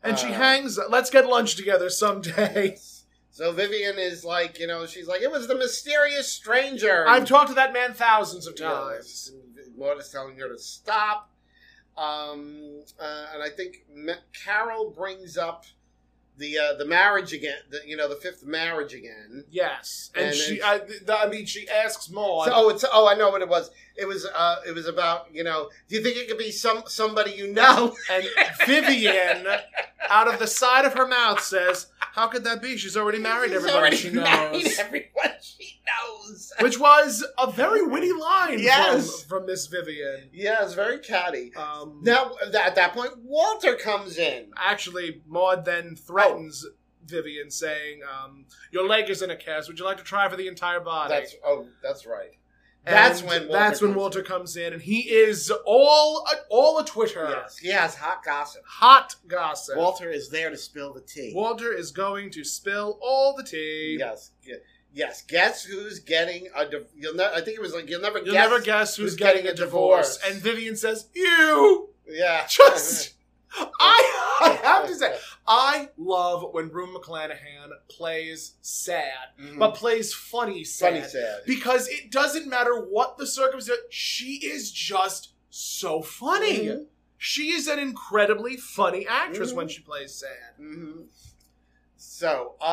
Speaker 2: And she
Speaker 4: Uh,
Speaker 2: hangs. Let's get lunch together someday.
Speaker 4: Yes. So Vivian is like, you know, she's like, it was the mysterious stranger.
Speaker 2: I've talked to that man thousands of
Speaker 4: Yes.
Speaker 2: times.
Speaker 4: And Maud is telling her to stop. Um, uh, and I think Ma- Carol brings up the uh, the marriage again. The, you know, the fifth marriage again.
Speaker 2: Yes, and,
Speaker 4: And then-
Speaker 2: she. I, th- I mean, she asks Maud.
Speaker 4: So, oh, it's oh, I know what it was. It was uh, it was about you know. Do you think it could be some somebody you know?
Speaker 2: And Vivian, out of the side of her mouth, says, How could that be? She's already married
Speaker 4: She's
Speaker 2: everybody
Speaker 4: already
Speaker 2: she
Speaker 4: married
Speaker 2: knows.
Speaker 4: everyone she knows. yes.
Speaker 2: which was a very witty line
Speaker 4: Yes.
Speaker 2: from, from Miss Vivian.
Speaker 4: Yeah, it's very catty.
Speaker 2: Um,
Speaker 4: Now, th- at that point, Walter comes in.
Speaker 2: actually, Maud then threatens Vivian, saying, um, "Your leg is in a cast. Would you like to try for the entire body?"
Speaker 4: That's oh, that's right.
Speaker 2: And
Speaker 4: That's when Walter
Speaker 2: that's when
Speaker 4: comes
Speaker 2: Walter comes in, and he is all a, all a Twitter,
Speaker 4: Yes, he has hot gossip.
Speaker 2: hot gossip.
Speaker 4: Walter is there to spill the tea.
Speaker 2: Walter is going to spill all the tea.
Speaker 4: Yes, ge- yes. Guess who's getting a? Di- you'll ne- I think it was like you'll never
Speaker 2: You'll
Speaker 4: guess.
Speaker 2: never guess who's,
Speaker 4: who's
Speaker 2: getting,
Speaker 4: getting
Speaker 2: a
Speaker 4: a
Speaker 2: divorce.
Speaker 4: divorce.
Speaker 2: And Vivian says, "You
Speaker 4: Yeah,
Speaker 2: just." I, I have to say, I love when Rue McClanahan plays sad,
Speaker 4: Mhm.
Speaker 2: but plays Hmm. funny sad,
Speaker 4: funny sad.
Speaker 2: because it doesn't matter what the circumstance. She is just so funny.
Speaker 4: Mhm.
Speaker 2: She is an incredibly funny actress
Speaker 4: Mhm.
Speaker 2: when she plays sad.
Speaker 4: Mhm. So uh,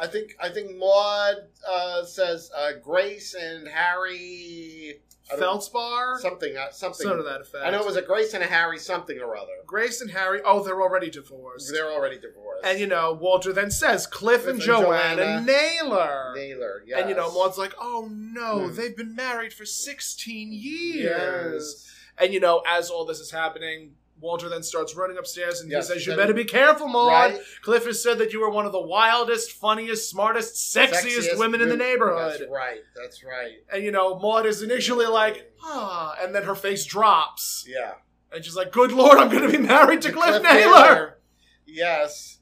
Speaker 4: I think I think Maud uh, says uh, Grace and Harry I don't-
Speaker 2: Feldspar,
Speaker 4: something uh, something.
Speaker 2: something to that effect.
Speaker 4: I know it was a Grace and a Harry something or other.
Speaker 2: Grace and Harry. Oh, they're already divorced.
Speaker 4: They're already divorced.
Speaker 2: and you know, Walter then says Cliff, and
Speaker 4: Cliff and
Speaker 2: Joanna,
Speaker 4: Joanna.
Speaker 2: Naylor.
Speaker 4: Naylor, yes.
Speaker 2: And you know, Maud's like, "Oh no,
Speaker 4: Hmm.
Speaker 2: they've been married for sixteen years."
Speaker 4: Yes.
Speaker 2: And you know, as all this is happening, Walter then starts running upstairs and
Speaker 4: Yes,
Speaker 2: he says, "You
Speaker 4: then-
Speaker 2: better be careful, Maud.
Speaker 4: Right?
Speaker 2: Cliff has said that you were one of the wildest, funniest, smartest, sexiest, women in the neighborhood."
Speaker 4: That's right. That's right.
Speaker 2: And you know, Maud is initially like, "Ah," and then her face drops,
Speaker 4: Yeah.
Speaker 2: and she's like, "Good lord, I'm going to be married to, Cliff, Naylor."
Speaker 4: Yes.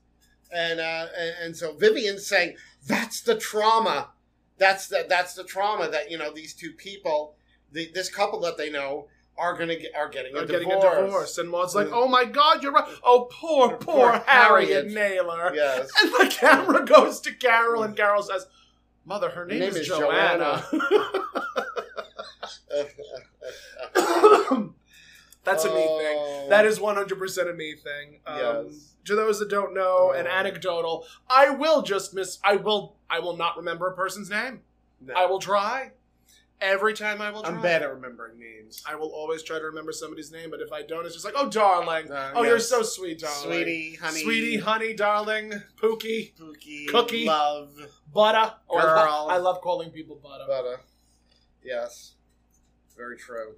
Speaker 4: And, uh, and and so Vivian's saying that's the trauma. That's the that's the trauma that you know these two people, the, this couple that they know are gonna get, are getting a
Speaker 2: They're
Speaker 4: divorce.
Speaker 2: getting a divorce, and Maud's like,
Speaker 4: Mm.
Speaker 2: "Oh my God, you're right. Oh, poor, poor,
Speaker 4: Poor
Speaker 2: Harriet
Speaker 4: Harriet.
Speaker 2: Naylor."
Speaker 4: Yes.
Speaker 2: And the camera goes to Carol, and Carol says, "Mother, her name, is, Joanna." That's a me thing. That is 100% a me thing. Um,
Speaker 4: Yes.
Speaker 2: To those that don't know, and
Speaker 4: Oh.
Speaker 2: anecdotal, I will just miss. I will. I will not remember a person's name.
Speaker 4: No.
Speaker 2: I will try. Every time I will try.
Speaker 4: I'm bad at remembering names.
Speaker 2: I will always try to remember somebody's name, but if I don't, it's just like, oh, darling.
Speaker 4: Uh,
Speaker 2: oh, you're
Speaker 4: yes.
Speaker 2: so sweet, darling.
Speaker 4: Sweetie, honey,
Speaker 2: Sweetie, honey, darling, Pookie,
Speaker 4: Cookie,
Speaker 2: Cookie.
Speaker 4: love,
Speaker 2: Butter. Oh, I lo-
Speaker 4: Girl.
Speaker 2: I love calling people Butter.
Speaker 4: but, uh, yes, very true.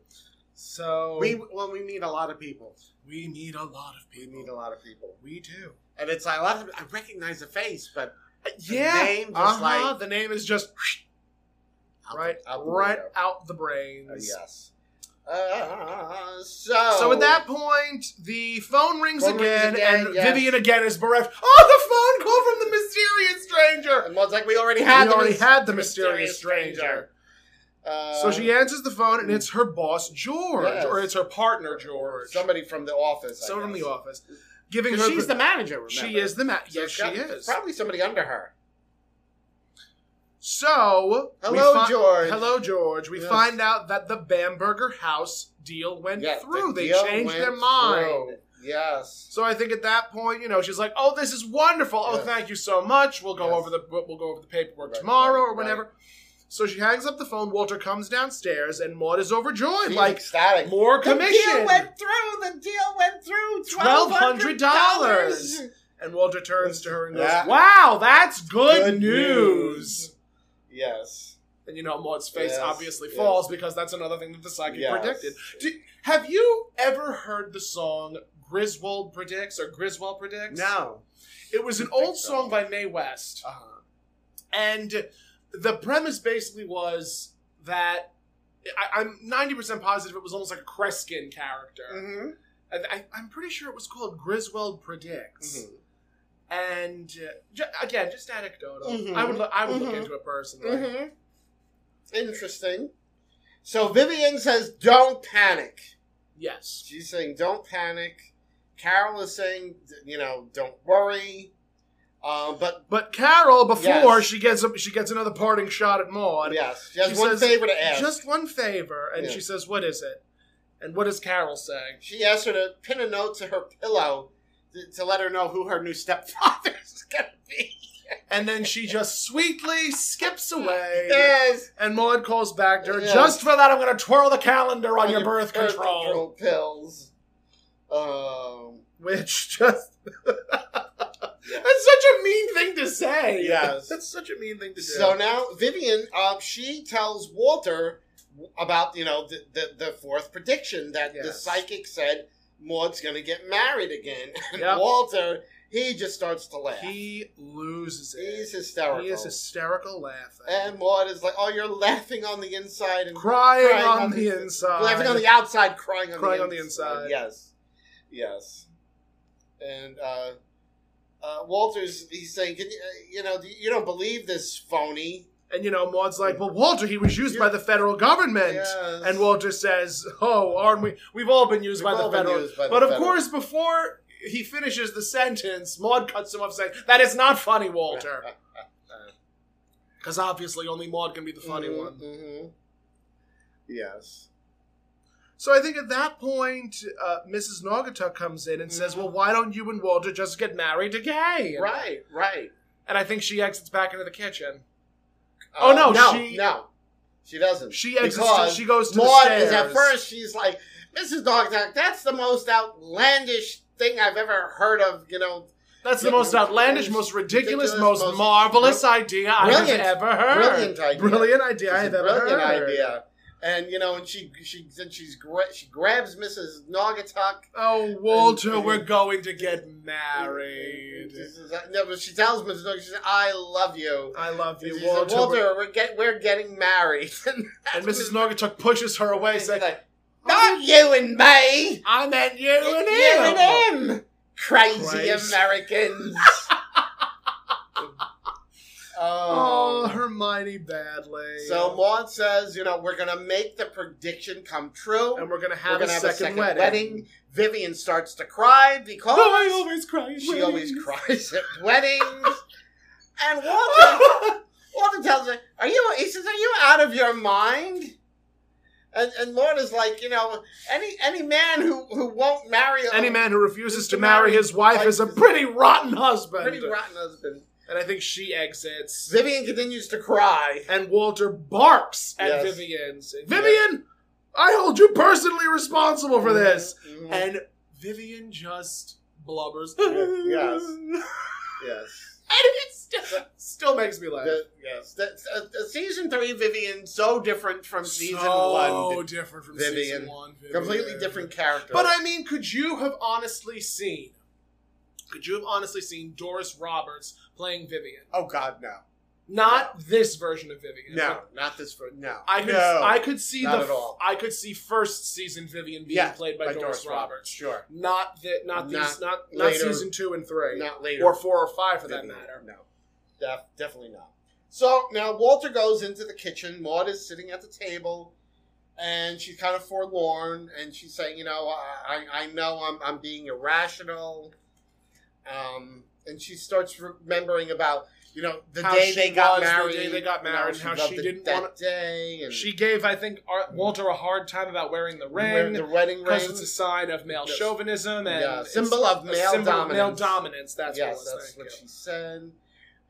Speaker 2: So
Speaker 4: We well, we meet a lot of people.
Speaker 2: we need a lot of
Speaker 4: We
Speaker 2: people.
Speaker 4: meet a lot of people,
Speaker 2: We do. Uh,
Speaker 4: and it's like a lot of I recognize the face, but
Speaker 2: Yeah.
Speaker 4: name just
Speaker 2: uh-huh.
Speaker 4: like-
Speaker 2: the name is just
Speaker 4: out the-
Speaker 2: right
Speaker 4: out the
Speaker 2: right
Speaker 4: window.
Speaker 2: out the brains.
Speaker 4: Uh, yes. Uh, so
Speaker 2: So at that point, the phone rings
Speaker 4: Phone rings
Speaker 2: again,
Speaker 4: again,
Speaker 2: and
Speaker 4: yes.
Speaker 2: Vivian again is bereft. Oh, the phone call from the mysterious stranger.
Speaker 4: and Maud's like we already
Speaker 2: We
Speaker 4: had the
Speaker 2: already
Speaker 4: mys-
Speaker 2: had the
Speaker 4: the
Speaker 2: mysterious
Speaker 4: mysterious
Speaker 2: stranger.
Speaker 4: stranger. uh,
Speaker 2: so she answers the phone, and it's her boss George,
Speaker 4: Yes.
Speaker 2: or it's her partner George.
Speaker 4: somebody from the office. I
Speaker 2: someone from
Speaker 4: guess.
Speaker 2: the office, giving
Speaker 4: 'Cause
Speaker 2: her
Speaker 4: she's the manager. Remember?
Speaker 2: she is the ma-
Speaker 4: So
Speaker 2: yes
Speaker 4: it's
Speaker 2: she
Speaker 4: got-
Speaker 2: is.
Speaker 4: probably somebody under her.
Speaker 2: So we
Speaker 4: Hello,
Speaker 2: fi-
Speaker 4: George.
Speaker 2: Hello, George. We
Speaker 4: Yes.
Speaker 2: find out that the Bamberger House deal went
Speaker 4: Yeah,
Speaker 2: through.
Speaker 4: the
Speaker 2: they
Speaker 4: deal
Speaker 2: changed
Speaker 4: went
Speaker 2: their mind.
Speaker 4: through. Yes.
Speaker 2: So I think at that point, you know, she's like, "Oh, this is wonderful. Oh,
Speaker 4: Yes.
Speaker 2: thank you so much. We'll go
Speaker 4: Yes.
Speaker 2: over the we'll go over the paperwork
Speaker 4: Right,
Speaker 2: tomorrow
Speaker 4: right,
Speaker 2: or whenever." So she hangs up the phone. Walter comes downstairs, and Maud is overjoyed,
Speaker 4: She's
Speaker 2: like
Speaker 4: ecstatic.
Speaker 2: more
Speaker 4: The deal
Speaker 2: commission.
Speaker 4: went through. The deal went through. Twelve
Speaker 2: $1,200.
Speaker 4: hundred dollars.
Speaker 2: And Walter turns to her and goes,
Speaker 4: Yeah.
Speaker 2: "Wow, that's good,
Speaker 4: Good
Speaker 2: news."
Speaker 4: news. Yes.
Speaker 2: And you know, Maud's face
Speaker 4: Yes,
Speaker 2: obviously
Speaker 4: yes.
Speaker 2: falls because that's another thing that the psychic
Speaker 4: Yes.
Speaker 2: predicted. Do- have you ever heard the song Griswold Predicts or Griswold Predicts?
Speaker 4: No.
Speaker 2: It was an
Speaker 4: I think
Speaker 2: old
Speaker 4: so.
Speaker 2: song by Mae West.
Speaker 4: Uh-huh.
Speaker 2: And the premise basically was that I, I'm 90% positive it was almost like a Kreskin character.
Speaker 4: Mm-hmm.
Speaker 2: And I, I'm pretty sure it was called Griswold
Speaker 4: Mm-hmm.
Speaker 2: Predicts. And uh, ju- again, just anecdotal.
Speaker 4: Mhm.
Speaker 2: I would, lo- I would look
Speaker 4: Mhm.
Speaker 2: into it personally.
Speaker 4: Mm-hmm. Interesting. So Vivian says, "Don't panic."
Speaker 2: Yes.
Speaker 4: She's saying, "Don't panic." Carol is saying, "You know, don't worry." Um, but
Speaker 2: But Carol, before
Speaker 4: Yes.
Speaker 2: she gets a, she gets another parting shot at Maud,
Speaker 4: yes, she has
Speaker 2: she
Speaker 4: one
Speaker 2: says,
Speaker 4: favor to ask.
Speaker 2: just one favor, and
Speaker 4: Yeah.
Speaker 2: she says, "What is it?" And what does Carol say?
Speaker 4: she asked her to pin a note to her pillow to, to let her know who her new stepfather is going to be.
Speaker 2: And then she just sweetly skips away.
Speaker 4: Yes,
Speaker 2: And Maud calls back to her,
Speaker 4: Yes.
Speaker 2: just for that I'm going to twirl the calendar on, your, birth, control.
Speaker 4: pills. Um,
Speaker 2: Which just, That's such a mean thing to say.
Speaker 4: Yes.
Speaker 2: That's such a mean thing to do.
Speaker 4: So now Vivian, uh, she tells Walter about you know the the, the fourth prediction that the
Speaker 2: Yes.
Speaker 4: psychic said Maud's going to get married again, and
Speaker 2: Yep.
Speaker 4: Walter he just starts to laugh.
Speaker 2: he loses it.
Speaker 4: He's hysterical.
Speaker 2: He is hysterical laughing.
Speaker 4: and Maud is like, "Oh, you're laughing on the inside and
Speaker 2: crying,
Speaker 4: Crying
Speaker 2: on,
Speaker 4: on
Speaker 2: the,
Speaker 4: the-
Speaker 2: inside.
Speaker 4: laughing on the outside, crying on
Speaker 2: Crying
Speaker 4: the
Speaker 2: on the inside.
Speaker 4: Yes, yes. And uh, uh, Walter's he's saying, Can you, uh, you know, do you- you don't believe this phony.
Speaker 2: and you know, Maud's like, "Well, Walter, he was used by the federal government."
Speaker 4: Yes.
Speaker 2: And Walter says, "Oh, aren't we? We've all been used
Speaker 4: We've
Speaker 2: by
Speaker 4: all
Speaker 2: the
Speaker 4: been
Speaker 2: federal."
Speaker 4: used by the
Speaker 2: but of
Speaker 4: federal.
Speaker 2: course, before he finishes the sentence, Maud cuts him off, saying, "That is not funny, Walter." Because obviously, only Maud can be the funny one.
Speaker 4: Mhm. Mm-hmm, Yes.
Speaker 2: So I think at that point, uh, Mrs. Nagata comes in and says,
Speaker 4: Mhm.
Speaker 2: "Well, why don't you and Walter just get married again?"
Speaker 4: Right. Right.
Speaker 2: And I think she exits back into the kitchen. Oh, no,
Speaker 4: Uh, No.
Speaker 2: she-
Speaker 4: no. She doesn't.
Speaker 2: She exits.
Speaker 4: Because
Speaker 2: she goes to
Speaker 4: Maud
Speaker 2: the stairs.
Speaker 4: is at first. She's like, Mrs. Dog That's the most outlandish thing I've ever heard of. You know,
Speaker 2: That's the
Speaker 4: Yeah,
Speaker 2: most outlandish, most
Speaker 4: most
Speaker 2: ridiculous,
Speaker 4: ridiculous,
Speaker 2: most,
Speaker 4: most
Speaker 2: marvelous idea I have
Speaker 4: brilliant-
Speaker 2: ever heard.
Speaker 4: brilliant idea.
Speaker 2: Brilliant idea
Speaker 4: It's
Speaker 2: I
Speaker 4: a
Speaker 2: have ever
Speaker 4: brilliant
Speaker 2: heard.
Speaker 4: idea. And you know, and she she then she's gra- she grabs Mrs. Naugatuck.
Speaker 2: Oh, Walter,
Speaker 4: And-
Speaker 2: we're going to get married.
Speaker 4: This is- uh, No, but she tells Mrs. Naugatuck, she says, "I love you."
Speaker 2: I love
Speaker 4: She
Speaker 2: you,
Speaker 4: says,
Speaker 2: Walter.
Speaker 4: Walter, we're get we're getting married.
Speaker 2: and Mrs. Norgachuk pushes her away,
Speaker 4: She's
Speaker 2: saying,
Speaker 4: like, "Not you and me."
Speaker 2: I meant you
Speaker 4: You
Speaker 2: and him.
Speaker 4: and him. Crazy
Speaker 2: Christ.
Speaker 4: Americans.
Speaker 2: Oh,
Speaker 4: oh.
Speaker 2: Hermione Badly.
Speaker 4: So Maud says, you know, we're going to make the prediction come true.
Speaker 2: and we're going to
Speaker 4: we're
Speaker 2: have,
Speaker 4: going
Speaker 2: a,
Speaker 4: to have
Speaker 2: second
Speaker 4: a second
Speaker 2: wedding.
Speaker 4: wedding. Vivian starts to cry because
Speaker 2: Oh, I always cry. at
Speaker 4: she
Speaker 2: weddings.
Speaker 4: always cries at weddings. and Walter, Walter tells her, "Are you?" He says, "Are you out of your mind?" And, and Maud is like, you know, any any man who, who won't marry a-
Speaker 2: Any man who refuses
Speaker 4: Just
Speaker 2: to
Speaker 4: to
Speaker 2: marry
Speaker 4: marry
Speaker 2: his wife
Speaker 4: wife
Speaker 2: is a
Speaker 4: is-
Speaker 2: pretty rotten husband.
Speaker 4: pretty rotten husband.
Speaker 2: and I think she exits.
Speaker 4: Vivian continues to cry.
Speaker 2: and Walter barks at
Speaker 4: Yes.
Speaker 2: Vivian. saying, Vivian, I hold you personally responsible for this.
Speaker 4: Mhm.
Speaker 2: And Vivian just blubbers.
Speaker 4: Yes.
Speaker 2: and
Speaker 4: yes.
Speaker 2: it st- still makes me laugh.
Speaker 4: The- yes. That's, uh, uh, season three Vivian so different from season
Speaker 2: so
Speaker 4: one.
Speaker 2: different from season
Speaker 4: Vivian.
Speaker 2: one. Vivian.
Speaker 4: Completely different character.
Speaker 2: But I mean, could you have honestly seen? Could you have honestly seen Doris Roberts playing Vivian?
Speaker 4: oh God, no,
Speaker 2: Not this version of Vivian.
Speaker 4: no, not this for no.
Speaker 2: I could
Speaker 4: no.
Speaker 2: I could see
Speaker 4: not
Speaker 2: the
Speaker 4: at all.
Speaker 2: I could see first season Vivian being
Speaker 4: Yeah,
Speaker 2: played by, Doris, Roberts.
Speaker 4: Sure.
Speaker 2: Not that not these
Speaker 4: Not
Speaker 2: not not,
Speaker 4: later.
Speaker 2: season two and three.
Speaker 4: Not later.
Speaker 2: or four or five for that
Speaker 4: Vivian.
Speaker 2: matter.
Speaker 4: No, Def, definitely not. So now Walter goes into the kitchen. Maud is sitting at the table, and she's kind of forlorn, and she's saying, "You know, I, I I know I'm I'm being irrational," um, and she starts remembering about you know the
Speaker 2: How
Speaker 4: day
Speaker 2: she
Speaker 4: they got
Speaker 2: was, the
Speaker 4: married,
Speaker 2: day they got
Speaker 4: you know,
Speaker 2: married, and how
Speaker 4: loved
Speaker 2: she
Speaker 4: it
Speaker 2: didn't
Speaker 4: that
Speaker 2: wanna-
Speaker 4: day, and
Speaker 2: She gave I think Ar- Walter a hard time about wearing the ring
Speaker 4: wearing the wedding ring,
Speaker 2: because it's a sign of male
Speaker 4: Yes.
Speaker 2: chauvinism and
Speaker 4: Yeah,
Speaker 2: it's
Speaker 4: symbol of
Speaker 2: a
Speaker 4: male
Speaker 2: symbol of
Speaker 4: dominance.
Speaker 2: Male dominance. That's
Speaker 4: yes,
Speaker 2: what it was.
Speaker 4: that's
Speaker 2: thank
Speaker 4: what
Speaker 2: you.
Speaker 4: she said,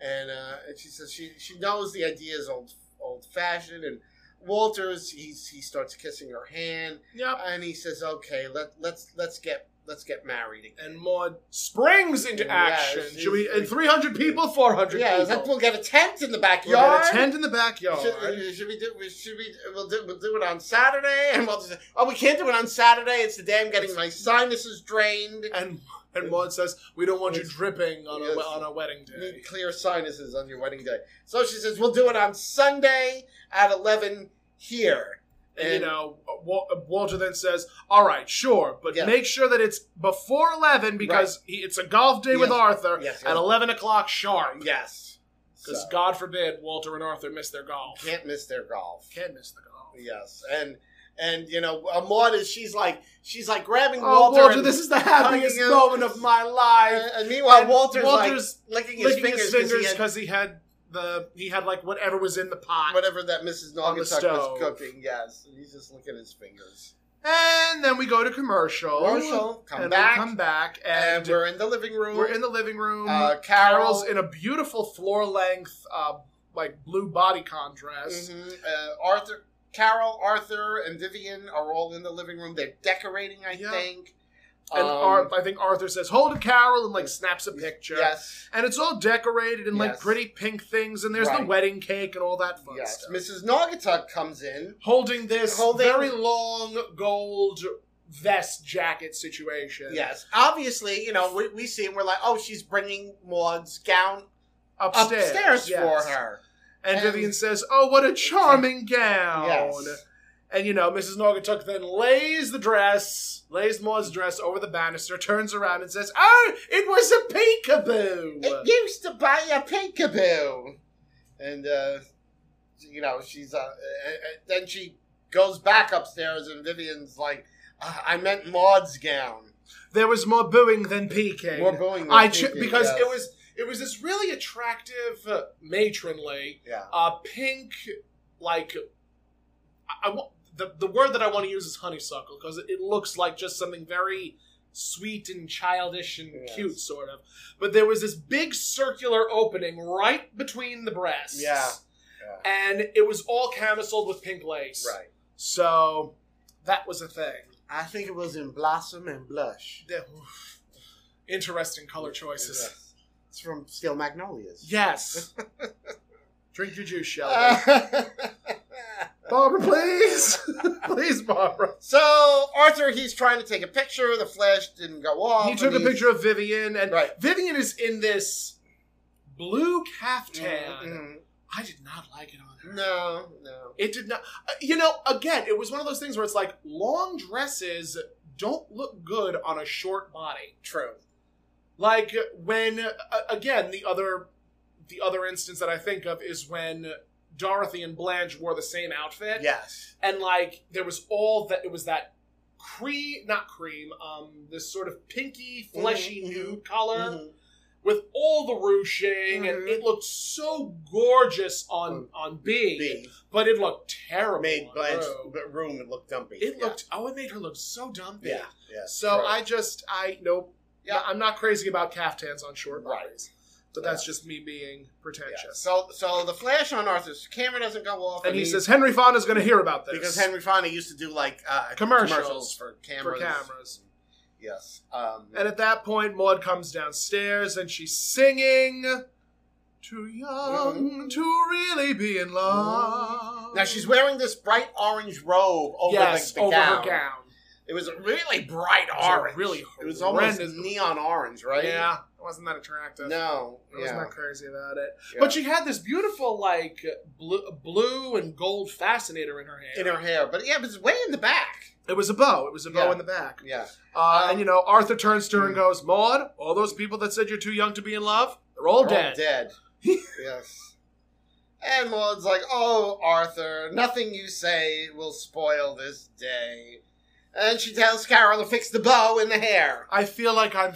Speaker 4: and uh, and she says she she knows the idea is old old fashioned, and Walters he's he starts kissing her hand,
Speaker 2: Yep.
Speaker 4: and he says, "Okay, let let's let's get let's get married again."
Speaker 2: And Maud springs into
Speaker 4: Yeah,
Speaker 2: action.
Speaker 4: she's-
Speaker 2: Should we? And three hundred people, four hundred
Speaker 4: yeah,
Speaker 2: people.
Speaker 4: like we'll get a tent in the
Speaker 2: We'll get
Speaker 4: backyard.
Speaker 2: a tent in the
Speaker 4: Should,
Speaker 2: backyard.
Speaker 4: uh, should we do? we- Should we? We'll do, we'll do it on Saturday, and we'll. Just, oh, we can't do it on Saturday. It's the day I'm getting my sinuses drained.
Speaker 2: And and Maud says, "We don't want you
Speaker 4: Yes.
Speaker 2: dripping on a
Speaker 4: Yes.
Speaker 2: on a wedding day."
Speaker 4: need clear sinuses on your wedding day. So she says, we'll do it on Sunday at 11 here.
Speaker 2: And, you know, Wa- Walter then says, "All right, sure, but
Speaker 4: Yeah.
Speaker 2: make sure that it's before eleven because he, it's a golf day with
Speaker 4: Yes.
Speaker 2: Arthur
Speaker 4: Yes,
Speaker 2: at
Speaker 4: yes.
Speaker 2: eleven o'clock sharp.
Speaker 4: Yes.
Speaker 2: Because
Speaker 4: So,
Speaker 2: God forbid Walter and Arthur miss their golf.
Speaker 4: can't miss their golf.
Speaker 2: Can't miss the golf.
Speaker 4: Yes. And, and you know, uh, Maud is, she's like, she's like grabbing
Speaker 2: Oh,
Speaker 4: Walter.
Speaker 2: Walter,
Speaker 4: and,
Speaker 2: this is the happiest
Speaker 4: hugging him.
Speaker 2: moment of my life.
Speaker 4: and, and meanwhile,
Speaker 2: And
Speaker 4: Walter's,
Speaker 2: Walter's
Speaker 4: like licking his
Speaker 2: Licking his
Speaker 4: fingers. 'cause he
Speaker 2: fingers
Speaker 4: had
Speaker 2: because he, had the he had like whatever was in the pot.
Speaker 4: Whatever that Mrs.
Speaker 2: On the
Speaker 4: Naugatuck
Speaker 2: stove.
Speaker 4: was cooking, yes. And he's just licking his fingers.
Speaker 2: And then we go to commercial.
Speaker 4: Marshall, come
Speaker 2: Oh, and
Speaker 4: back.
Speaker 2: We come back, and,
Speaker 4: and we're in the living room.
Speaker 2: we're in the living room.
Speaker 4: uh,
Speaker 2: Carol's
Speaker 4: Carol's
Speaker 2: in a beautiful floor length, uh, like blue bodycon dress.
Speaker 4: hmm Uh, Arthur, Carol, Arthur, and Vivian are all in the living room. They're decorating, I
Speaker 2: Yeah.
Speaker 4: think.
Speaker 2: And
Speaker 4: Um,
Speaker 2: Ar- I think Arthur says, "Hold it, Carol," and like snaps a picture.
Speaker 4: Yes.
Speaker 2: And it's all decorated in like
Speaker 4: Yes.
Speaker 2: pretty pink things, and there's the
Speaker 4: Right.
Speaker 2: wedding cake and all that fun
Speaker 4: Yes.
Speaker 2: stuff.
Speaker 4: Mrs. Naugatuck comes in.
Speaker 2: Holding this
Speaker 4: Holding-
Speaker 2: very long gold vest jacket situation.
Speaker 4: Yes. Obviously, you know, we, we see and we're like, oh, she's bringing Maud's gown
Speaker 2: upstairs,
Speaker 4: upstairs,
Speaker 2: yes.
Speaker 4: for her.
Speaker 2: And,
Speaker 4: And-
Speaker 2: Vivian says, "Oh, what a charming gown!"
Speaker 4: Yes.
Speaker 2: And you know, Mrs. Naugatuck then lays the dress, lays Maud's dress over the banister, turns around and says, "Oh, it was a peekaboo."
Speaker 4: It used to buy a peekaboo. And, uh, you know, she's, uh, uh, uh, then she goes back upstairs and Vivian's like, "Uh, I meant Maud's gown.
Speaker 2: there was more booing than peeking.
Speaker 4: More booing than
Speaker 2: I ch-
Speaker 4: peeking,
Speaker 2: because
Speaker 4: yes.
Speaker 2: it was it was this really attractive, uh, matronly,
Speaker 4: Yeah.
Speaker 2: uh, pink, like I, I wa- the the word that I want to use is honeysuckle because it, it looks like just something very sweet and childish and
Speaker 4: Yes.
Speaker 2: cute, sort of. But there was this big circular opening right between the breasts.
Speaker 4: Yeah.
Speaker 2: And it was all camisoled with pink lace.
Speaker 4: Right.
Speaker 2: So that was a thing.
Speaker 4: I think it was in Blossom and Blush.
Speaker 2: Yeah, oof. Interesting color choices.
Speaker 4: Yes. It's from Steel Magnolias.
Speaker 2: Yes. Drink your juice, Shelby.
Speaker 3: Barbara,
Speaker 2: please, please, Barbara.
Speaker 4: so Arthur, he's trying to take a picture. The flash didn't go off.
Speaker 2: He took a
Speaker 4: and he's-
Speaker 2: picture of Vivian, and
Speaker 4: Right.
Speaker 2: Vivian is in this blue caftan.
Speaker 4: Mm,
Speaker 2: I did not like it on
Speaker 4: mm.
Speaker 2: her.
Speaker 4: No, no.
Speaker 2: It did not. uh, You know, again, it was one of those things where it's like long dresses don't look good on a short body.
Speaker 4: True.
Speaker 2: Like when, uh, again, the other, the other instance that I think of is when Dorothy and Blanche wore the same outfit.
Speaker 4: Yes.
Speaker 2: and like there was all that it was that cream not cream um this sort of pinky fleshy
Speaker 4: Mhm, mhm,
Speaker 2: nude color
Speaker 4: Mhm.
Speaker 2: with all the ruching and
Speaker 4: Mhm.
Speaker 2: it looked so gorgeous on
Speaker 4: Mm.
Speaker 2: on B,
Speaker 4: B
Speaker 2: but it looked terrible
Speaker 4: made
Speaker 2: on
Speaker 4: Blanche
Speaker 2: Rue.
Speaker 4: but room and look dumpy.
Speaker 2: it
Speaker 4: Yeah.
Speaker 2: looked oh it made her look so dumb
Speaker 4: Yeah. Yeah.
Speaker 2: so
Speaker 4: Right.
Speaker 2: i just i nope yeah i'm not crazy about caftans on short
Speaker 4: Right.
Speaker 2: bodies but that's just me being pretentious
Speaker 4: Yeah. So so the flash on Arthur's camera doesn't go off,
Speaker 2: and he
Speaker 4: he's-
Speaker 2: says henry fonda's going to hear about this
Speaker 4: because Henry Fonda used to do like uh,
Speaker 2: Commercials
Speaker 4: for
Speaker 2: for
Speaker 4: cameras.
Speaker 2: cameras
Speaker 4: Yes. Um,
Speaker 2: And at that point, Maud comes downstairs and she's singing, Too
Speaker 4: Mm-hmm.
Speaker 2: young to really be in love.
Speaker 4: now she's wearing this bright orange robe over
Speaker 2: yes,
Speaker 4: the, the
Speaker 2: over
Speaker 4: gown.
Speaker 2: her gown.
Speaker 4: It was a really bright
Speaker 2: It was a
Speaker 4: orange.
Speaker 2: really
Speaker 4: it was almost
Speaker 2: horrendous-
Speaker 4: neon orange, right?
Speaker 2: Yeah, it wasn't that attractive.
Speaker 4: No.
Speaker 2: I was
Speaker 4: yeah,
Speaker 2: not crazy about it.
Speaker 4: yeah.
Speaker 2: But she had this beautiful, like, blue, blue and gold fascinator in her hair.
Speaker 4: in her hair, but yeah, but it's way in the back.
Speaker 2: It was a bow. It was a bow
Speaker 4: Yeah.
Speaker 2: in the back.
Speaker 4: Yeah.
Speaker 2: Uh,
Speaker 4: Um, Hmm.
Speaker 2: and, you know, Arthur turns to her and goes, Maud, all those people that said you're too young to be in love, they're all
Speaker 4: They're all
Speaker 2: dead.
Speaker 4: dead. yes. And Maud's like, "Oh, Arthur, nothing you say will spoil this day." And she tells Carol to fix the bow in the hair.
Speaker 2: I feel like I'm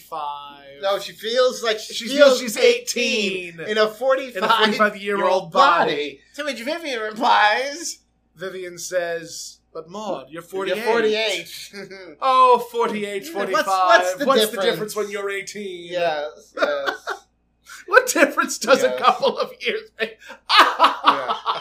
Speaker 2: 45.
Speaker 4: No, she feels like she,
Speaker 2: She
Speaker 4: feels
Speaker 2: feels she's 18.
Speaker 4: in a 45,
Speaker 2: in a 45 year old body.
Speaker 4: To which Vivian replies,
Speaker 2: Vivian says, But Maud, you're 48.
Speaker 4: "You're 48.
Speaker 2: Oh, 48, 45.
Speaker 4: What's- what's the difference?
Speaker 2: when you're 18?
Speaker 4: yes, yes.
Speaker 2: What difference does a
Speaker 4: Yes.
Speaker 2: couple of years make?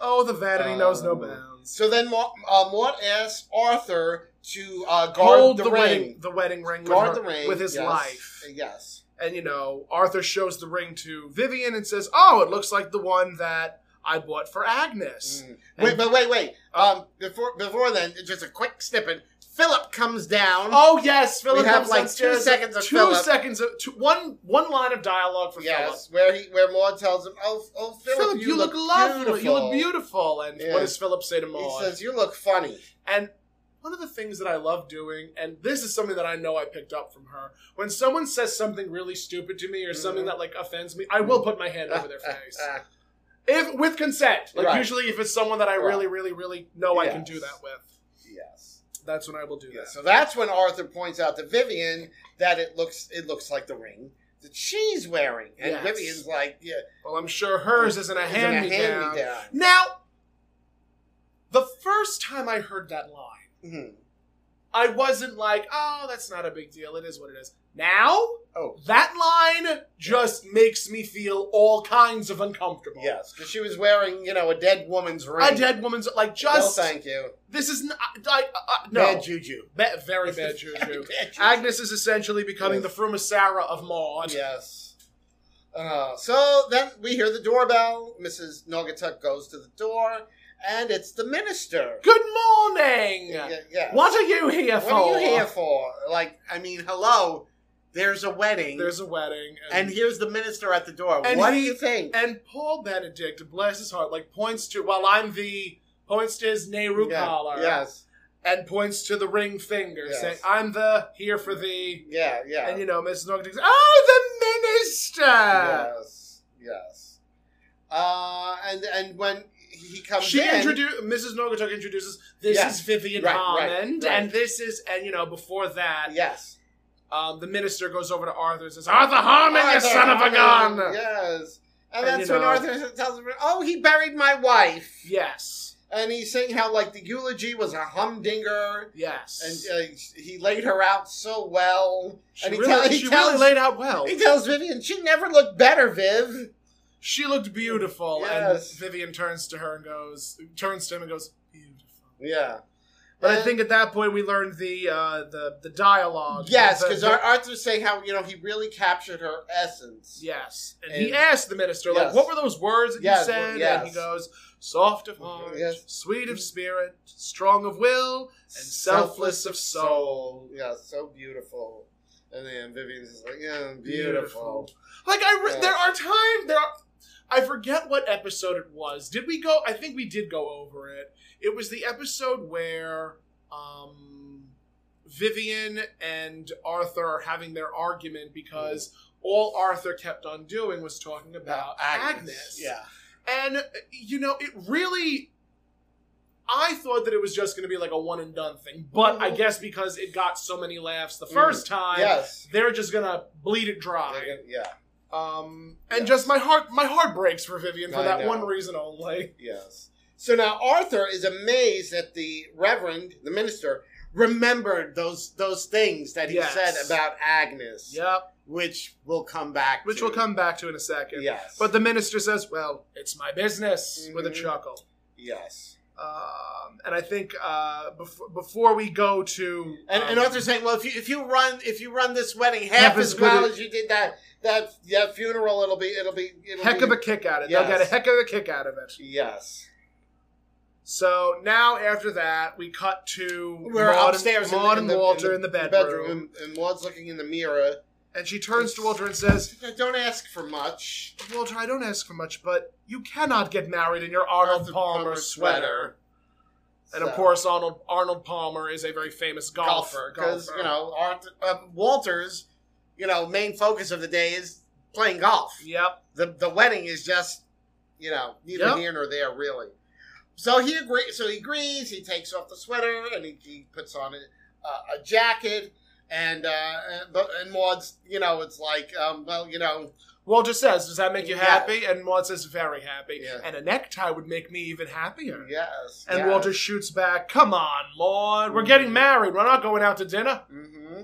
Speaker 2: Oh, the vanity knows no
Speaker 4: Um,
Speaker 2: bounds.
Speaker 4: So then Ma- uh, Mort asks Arthur to uh, guard
Speaker 2: Hold
Speaker 4: the,
Speaker 2: the,
Speaker 4: ring.
Speaker 2: wedding, the wedding ring,
Speaker 4: Guard
Speaker 2: with, her-
Speaker 4: the ring.
Speaker 2: with his
Speaker 4: yes.
Speaker 2: life.
Speaker 4: Yes.
Speaker 2: And, you know, Arthur shows the ring to Vivian and says, Oh, it looks like the one that I bought for Agnes.
Speaker 4: Mm.
Speaker 2: And- Oh.
Speaker 4: Wait, but wait, wait. Um, before before then, just a quick snippet. Philip comes down.
Speaker 2: Oh yes, Philip
Speaker 4: have,
Speaker 2: comes
Speaker 4: like, two
Speaker 2: downstairs.
Speaker 4: seconds of
Speaker 2: two
Speaker 4: Philip.
Speaker 2: seconds of two, one one line of dialogue from Philip.
Speaker 4: yes, where he where Maud tells him, "Oh, oh, Philip,
Speaker 2: Philip, you, look, lovely. You look beautiful. And
Speaker 4: Yeah.
Speaker 2: what does Philip say to Maud?
Speaker 4: He says, "You look funny."
Speaker 2: and one of the things that I love doing, and this is something that I know I picked up from her, when someone says something really stupid to me or something
Speaker 4: Mhm.
Speaker 2: that like offends me, I will put my hand over their
Speaker 4: Ah,
Speaker 2: face.
Speaker 4: ah,
Speaker 2: If with consent. Like
Speaker 4: Right.
Speaker 2: usually if it's someone that I
Speaker 4: Right.
Speaker 2: really, really, really know I can
Speaker 4: Yes.
Speaker 2: do that with,
Speaker 4: yes.
Speaker 2: that's when I will do
Speaker 4: Yeah,
Speaker 2: that.
Speaker 4: so that's when Arthur points out to Vivian that it looks it looks like the ring that she's wearing, and
Speaker 2: Yes.
Speaker 4: Vivian's like, "Yeah,
Speaker 2: Well, I'm sure hers isn't a
Speaker 4: it's in a
Speaker 2: hand me down.
Speaker 4: hand-me-down.
Speaker 2: Now, the first time I heard that line,
Speaker 4: Mhm.
Speaker 2: I wasn't like, oh, that's not a big deal. It is what it is. Now,
Speaker 4: Oh.
Speaker 2: that line just makes me feel all kinds of uncomfortable.
Speaker 4: Yes, because she was wearing, you know, a dead woman's ring.
Speaker 2: A dead woman's like just
Speaker 4: No, thank you.
Speaker 2: this is not I, I, I- no
Speaker 4: Bad juju.
Speaker 2: Ba- very bad juju.
Speaker 4: Bad juju.
Speaker 2: Agnes is essentially becoming
Speaker 4: Yes.
Speaker 2: the Frumissara of Maud.
Speaker 4: Yes. Uh, so then we hear the doorbell. Mrs. Nogatuk goes to the door, and it's the minister.
Speaker 2: Good morning.
Speaker 4: Yeah, yeah.
Speaker 2: What are you here
Speaker 4: What
Speaker 2: for?
Speaker 4: are you here for? Like, I mean, hello. There's a wedding,
Speaker 2: There's a wedding,
Speaker 4: and here's the minister at the door.
Speaker 2: And
Speaker 4: what do
Speaker 2: he-
Speaker 4: you think?
Speaker 2: And Paul Benedict, bless his heart, like points to while I'm the points to his Nehru
Speaker 4: Yeah,
Speaker 2: collar
Speaker 4: Yes.
Speaker 2: and points to the ring finger,
Speaker 4: Yes.
Speaker 2: saying, "I'm the here for thee."
Speaker 4: Yeah. Yeah.
Speaker 2: And you know, Mrs. Norton says, "Oh, the minister."
Speaker 4: yes. Yes. Uh, and and when he comes
Speaker 2: She
Speaker 4: in,
Speaker 2: introduced Mrs. Nogatuk introduces this
Speaker 4: Yeah.
Speaker 2: is Vivian
Speaker 4: Right, right,
Speaker 2: Hammond,
Speaker 4: right.
Speaker 2: and this is and you know before that,
Speaker 4: yes,
Speaker 2: um, the minister goes over to Arthur and says, "Arthur Harmon, you
Speaker 4: Arthur
Speaker 2: son of a
Speaker 4: Harmon,
Speaker 2: gun!"
Speaker 4: Yes. And,
Speaker 2: And,
Speaker 4: that's
Speaker 2: you
Speaker 4: when
Speaker 2: know-
Speaker 4: Arthur tells him, oh, he buried my wife.
Speaker 2: Yes,
Speaker 4: And he's saying how, like, the eulogy was a humdinger. And
Speaker 2: yes,
Speaker 4: uh, he laid her out so well.
Speaker 2: she
Speaker 4: and he
Speaker 2: really,
Speaker 4: tell- he
Speaker 2: she
Speaker 4: tells-
Speaker 2: really laid out well.
Speaker 4: He tells Vivian, she never looked better, Viv.
Speaker 2: She looked beautiful,
Speaker 4: Yes.
Speaker 2: and Vivian turns to her and goes, turns to him and goes, "Beautiful."
Speaker 4: Yeah.
Speaker 2: But I
Speaker 4: And-
Speaker 2: think at that point we learned the uh, the the dialogue.
Speaker 4: Yes,
Speaker 2: The-
Speaker 4: because
Speaker 2: the-
Speaker 4: Arthur's saying how, you know, he really captured her essence.
Speaker 2: Yes. And,
Speaker 4: And-
Speaker 2: he asked the minister, like,
Speaker 4: Yes.
Speaker 2: what were those words that
Speaker 4: Yes,
Speaker 2: you said?
Speaker 4: yes.
Speaker 2: And he goes, soft of heart,
Speaker 4: Yes.
Speaker 2: sweet of spirit, strong of will, and selfless of soul.
Speaker 4: Yeah, so beautiful. And then Vivian's just like, yeah, beautiful.
Speaker 2: Like, I re-
Speaker 4: Yes.
Speaker 2: there are times, there are, I forget what episode it was. Did we go, I think we did go over it. It was the episode where, um, Vivian and Arthur are having their argument because all Arthur kept on doing was talking about Agnes.
Speaker 4: Yeah.
Speaker 2: And uh, you know, it really I thought that it was just going to be like a one and done thing, but I
Speaker 4: Mhm.
Speaker 2: guess because it got so many laughs the
Speaker 4: Mm.
Speaker 2: first time,
Speaker 4: Yes.
Speaker 2: they're just going to bleed it
Speaker 4: They're
Speaker 2: dry.
Speaker 4: gonna- Yeah.
Speaker 2: Um and
Speaker 4: Yes.
Speaker 2: just my heart my heart breaks for Vivian for
Speaker 4: I
Speaker 2: that
Speaker 4: know.
Speaker 2: one reason only.
Speaker 4: Yes. So now Arthur is amazed that the Reverend, the minister, remembered those those things that he
Speaker 2: Yes.
Speaker 4: said about Agnes,
Speaker 2: Yep,
Speaker 4: which will come back.
Speaker 2: which
Speaker 4: to.
Speaker 2: we'll come back to in a second.
Speaker 4: Yes.
Speaker 2: But the minister says, "Well, it's my business," with a
Speaker 4: Mhm.
Speaker 2: chuckle.
Speaker 4: yes.
Speaker 2: Um, and I think uh, before, before we go to
Speaker 4: And,
Speaker 2: um,
Speaker 4: and Arthur's saying, well, if you if you run if you run this wedding half, as well as you did that that that funeral, it'll be it'll be it'll
Speaker 2: heck
Speaker 4: be,
Speaker 2: of a kick out of it, they'll
Speaker 4: Yes.
Speaker 2: get a heck of a kick out of it.
Speaker 4: yes.
Speaker 2: So now after that, we cut to
Speaker 4: We're
Speaker 2: Maud and-
Speaker 4: upstairs, in the-
Speaker 2: Maud
Speaker 4: in
Speaker 2: and
Speaker 4: the,
Speaker 2: Walter in the, bedroom,
Speaker 4: and Maud's looking in the mirror.
Speaker 2: and she turns to Walter and says,
Speaker 4: "Don't ask for much."
Speaker 2: "Walter, I don't ask for much, but you cannot get married in your Arnold
Speaker 4: Arthur
Speaker 2: Palmer,
Speaker 4: Palmer
Speaker 2: sweater." And
Speaker 4: So-
Speaker 2: of course, Arnold Arnold Palmer is a very famous golfer.
Speaker 4: because
Speaker 2: golfer.
Speaker 4: you know Arthur, uh, Walter's you know main focus of the day is playing golf.
Speaker 2: Yep.
Speaker 4: The the wedding is just you know neither
Speaker 2: Yep.
Speaker 4: here nor there really. So he agrees. So he agrees. He takes off the sweater and he, he puts on a, uh, a jacket. And uh, and- but and Maud's you know it's like um, well you know
Speaker 2: Walter says, "Does that make you
Speaker 4: Yeah.
Speaker 2: happy?" And Maud says, "Very happy."
Speaker 4: Yeah.
Speaker 2: And a necktie would make me even happier.
Speaker 4: yes
Speaker 2: And Walter shoots back, "Come on, Maud, we're
Speaker 4: Mm.
Speaker 2: getting married. We're not going out to dinner."
Speaker 4: hmm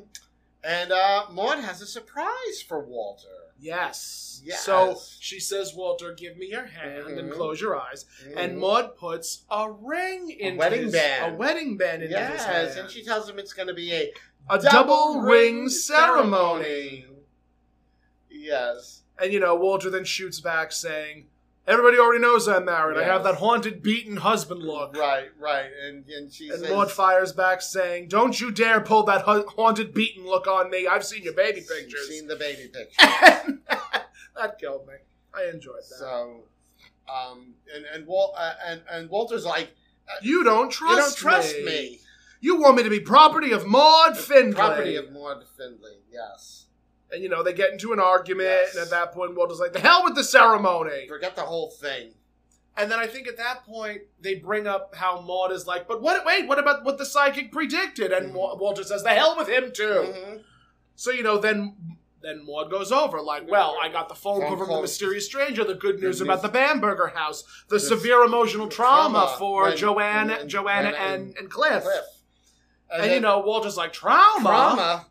Speaker 4: and uh, Maud has a surprise for Walter
Speaker 2: Yes.
Speaker 4: Yes.
Speaker 2: So she says, Walter, give me your hand and
Speaker 4: Mhm.
Speaker 2: close your eyes. And
Speaker 4: Mhm.
Speaker 2: Maud puts a ring in
Speaker 4: wedding band.
Speaker 2: a wedding band into his
Speaker 4: yes
Speaker 2: hand.
Speaker 4: and she tells him it's going to be a
Speaker 2: a double ring ceremony.
Speaker 4: Yes.
Speaker 2: And you know, Walter then shoots back saying, Everybody already knows I'm married. I have
Speaker 4: Yes.
Speaker 2: that haunted, beaten husband look.
Speaker 4: Right, right. And and she
Speaker 2: And
Speaker 4: says
Speaker 2: Maud fires back saying, Don't you dare pull that ha- haunted, beaten look on me. I've seen your baby
Speaker 4: She's
Speaker 2: pictures.
Speaker 4: Seen the baby picture.
Speaker 2: And that killed me. I enjoyed that.
Speaker 4: so um and and Wal- uh, and and Walter's like
Speaker 2: you don't
Speaker 4: you
Speaker 2: trust
Speaker 4: don't trust me.
Speaker 2: You want me to be property of Maud Findlay.
Speaker 4: Property of Maud Findlay. Yes.
Speaker 2: and you know, they get into an argument,
Speaker 4: Yes.
Speaker 2: and at that point, Walter's like, the hell with the ceremony.
Speaker 4: Forget the whole thing.
Speaker 2: And then I think at that point, they bring up how Maud is like, but what, wait, what about what the psychic predicted? And
Speaker 4: Mm-hmm.
Speaker 2: Wa- Walter says, the hell with him, too.
Speaker 4: Mhm.
Speaker 2: So, you know, then. Then Maud goes over, like, well, I got the phone
Speaker 4: Phone
Speaker 2: call from the
Speaker 4: call.
Speaker 2: mysterious stranger, the good
Speaker 4: Good
Speaker 2: news
Speaker 4: news.
Speaker 2: about the Bamberger house, the
Speaker 4: This-
Speaker 2: severe emotional trauma,
Speaker 4: trauma
Speaker 2: for
Speaker 4: when-
Speaker 2: Joanne,
Speaker 4: when-
Speaker 2: Joanna
Speaker 4: when-
Speaker 2: and, and Cliff.
Speaker 4: Cliff.
Speaker 2: And,
Speaker 4: And
Speaker 2: you
Speaker 4: then-
Speaker 2: know, Walter's like, trauma?
Speaker 4: Trauma.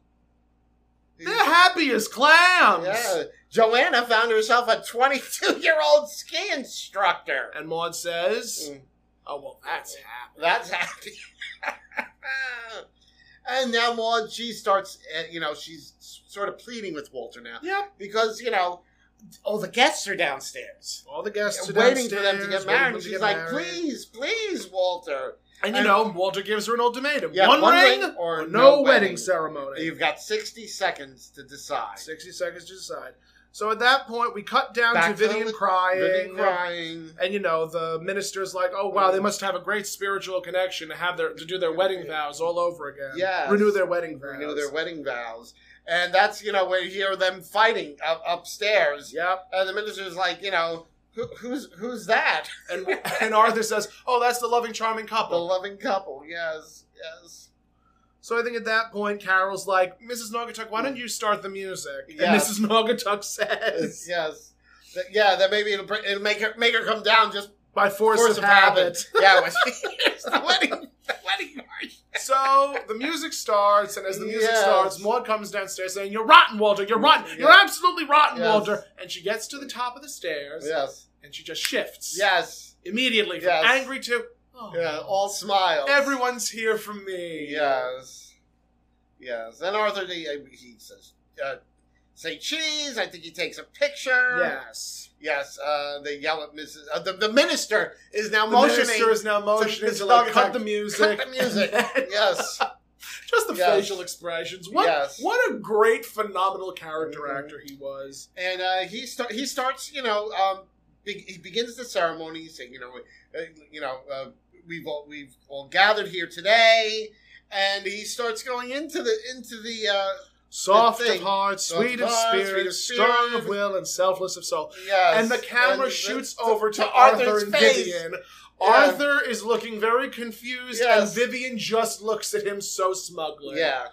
Speaker 2: They're happy as clams.
Speaker 4: Yeah. Joanna found herself a 22 year old ski instructor.
Speaker 2: And Maud says,
Speaker 4: Mm.
Speaker 2: oh, well, that's happy.
Speaker 4: That's happy. and now Maud, she starts, uh, you know, she's sort of pleading with Walter now
Speaker 2: Yep.
Speaker 4: because, you know, all the guests are downstairs.
Speaker 2: All the guests are
Speaker 4: waiting for them to
Speaker 2: downstairs, waiting
Speaker 4: get married.
Speaker 2: for them
Speaker 4: And
Speaker 2: to
Speaker 4: she's
Speaker 2: get
Speaker 4: like,
Speaker 2: married.
Speaker 4: please, please, Walter.
Speaker 2: And you
Speaker 4: And-
Speaker 2: know, Walter gives her an ultimatum.
Speaker 4: Yeah,
Speaker 2: one,
Speaker 4: one
Speaker 2: ring,
Speaker 4: ring
Speaker 2: or
Speaker 4: or
Speaker 2: no,
Speaker 4: no
Speaker 2: wedding,
Speaker 4: wedding.
Speaker 2: ceremony.
Speaker 4: You've got 60 seconds to decide.
Speaker 2: 60 seconds to decide. So at that point, we cut down to
Speaker 4: Back to the
Speaker 2: Vivian
Speaker 4: li-
Speaker 2: crying.
Speaker 4: Living, crying.
Speaker 2: And you know, the minister's like, oh, wow, they must have a great spiritual connection to have their to do their wedding vows all over again.
Speaker 4: Yes.
Speaker 2: Renew their wedding vows.
Speaker 4: renew their wedding vows. And that's, you know, where you hear them fighting up, upstairs.
Speaker 2: Yep.
Speaker 4: And the minister's like, you know, Who, who's who's that?
Speaker 2: And, and Arthur says, oh, that's the loving, charming
Speaker 4: The
Speaker 2: couple.
Speaker 4: loving couple. Yes, yes.
Speaker 2: So I think at that point, Carol's like, Mrs. Naugatuck, why don't you start the music?
Speaker 4: Yeah.
Speaker 2: And Mrs. Naugatuck says,
Speaker 4: Yes. Th- Yeah, that maybe it'll, bring, it'll make her make her come down just
Speaker 2: by force,
Speaker 4: force
Speaker 2: of habit.
Speaker 4: yeah, when she hears the wedding, the wedding march.
Speaker 2: So the music starts, and as the music
Speaker 4: Yes.
Speaker 2: starts, Maud comes downstairs saying, "You're rotten, Walter. You're rotten. You're
Speaker 4: Yes.
Speaker 2: absolutely rotten,
Speaker 4: Yes.
Speaker 2: Walter." And she gets to the top of the stairs,
Speaker 4: Yes,
Speaker 2: and she just shifts
Speaker 4: yes,
Speaker 2: immediately from
Speaker 4: Yes.
Speaker 2: angry to oh,
Speaker 4: yeah. All smiles.
Speaker 2: everyone's here for me.
Speaker 4: Yes, yes. And Arthur, he, he says, uh, "Say cheese." I think he takes a picture.
Speaker 2: Yes.
Speaker 4: Yes, uh, they yell at Mrs. Uh, the, the minister is now
Speaker 2: The
Speaker 4: motioning.
Speaker 2: minister is now motioning
Speaker 4: Mrs.
Speaker 2: to, like
Speaker 4: Naugatuck,
Speaker 2: cut the music.
Speaker 4: cut the music.
Speaker 2: And
Speaker 4: yes,
Speaker 2: just the
Speaker 4: Yes.
Speaker 2: facial expressions. What
Speaker 4: Yes.
Speaker 2: what a great phenomenal character
Speaker 4: Mhm.
Speaker 2: actor he was.
Speaker 4: and uh, he start, he starts. You know, um, be- he begins the ceremony, saying, "You know, uh, you know, uh, we've all we've all gathered here today." And he starts going into the into the uh,
Speaker 2: Soft
Speaker 4: thing.
Speaker 2: of heart,
Speaker 4: Soft
Speaker 2: sweet
Speaker 4: of
Speaker 2: of
Speaker 4: heart, sweet
Speaker 2: spirit,
Speaker 4: of
Speaker 2: strong of
Speaker 4: spirit.
Speaker 2: will, and selfless of soul.
Speaker 4: yes,
Speaker 2: and the camera
Speaker 4: and
Speaker 2: shoots
Speaker 4: to-
Speaker 2: over to,
Speaker 4: to
Speaker 2: Arthur
Speaker 4: Arthur's
Speaker 2: and
Speaker 4: face.
Speaker 2: Vivian.
Speaker 4: Yeah.
Speaker 2: Arthur is looking very confused,
Speaker 4: Yes.
Speaker 2: and Vivian just looks at him so smugly.
Speaker 4: Yeah,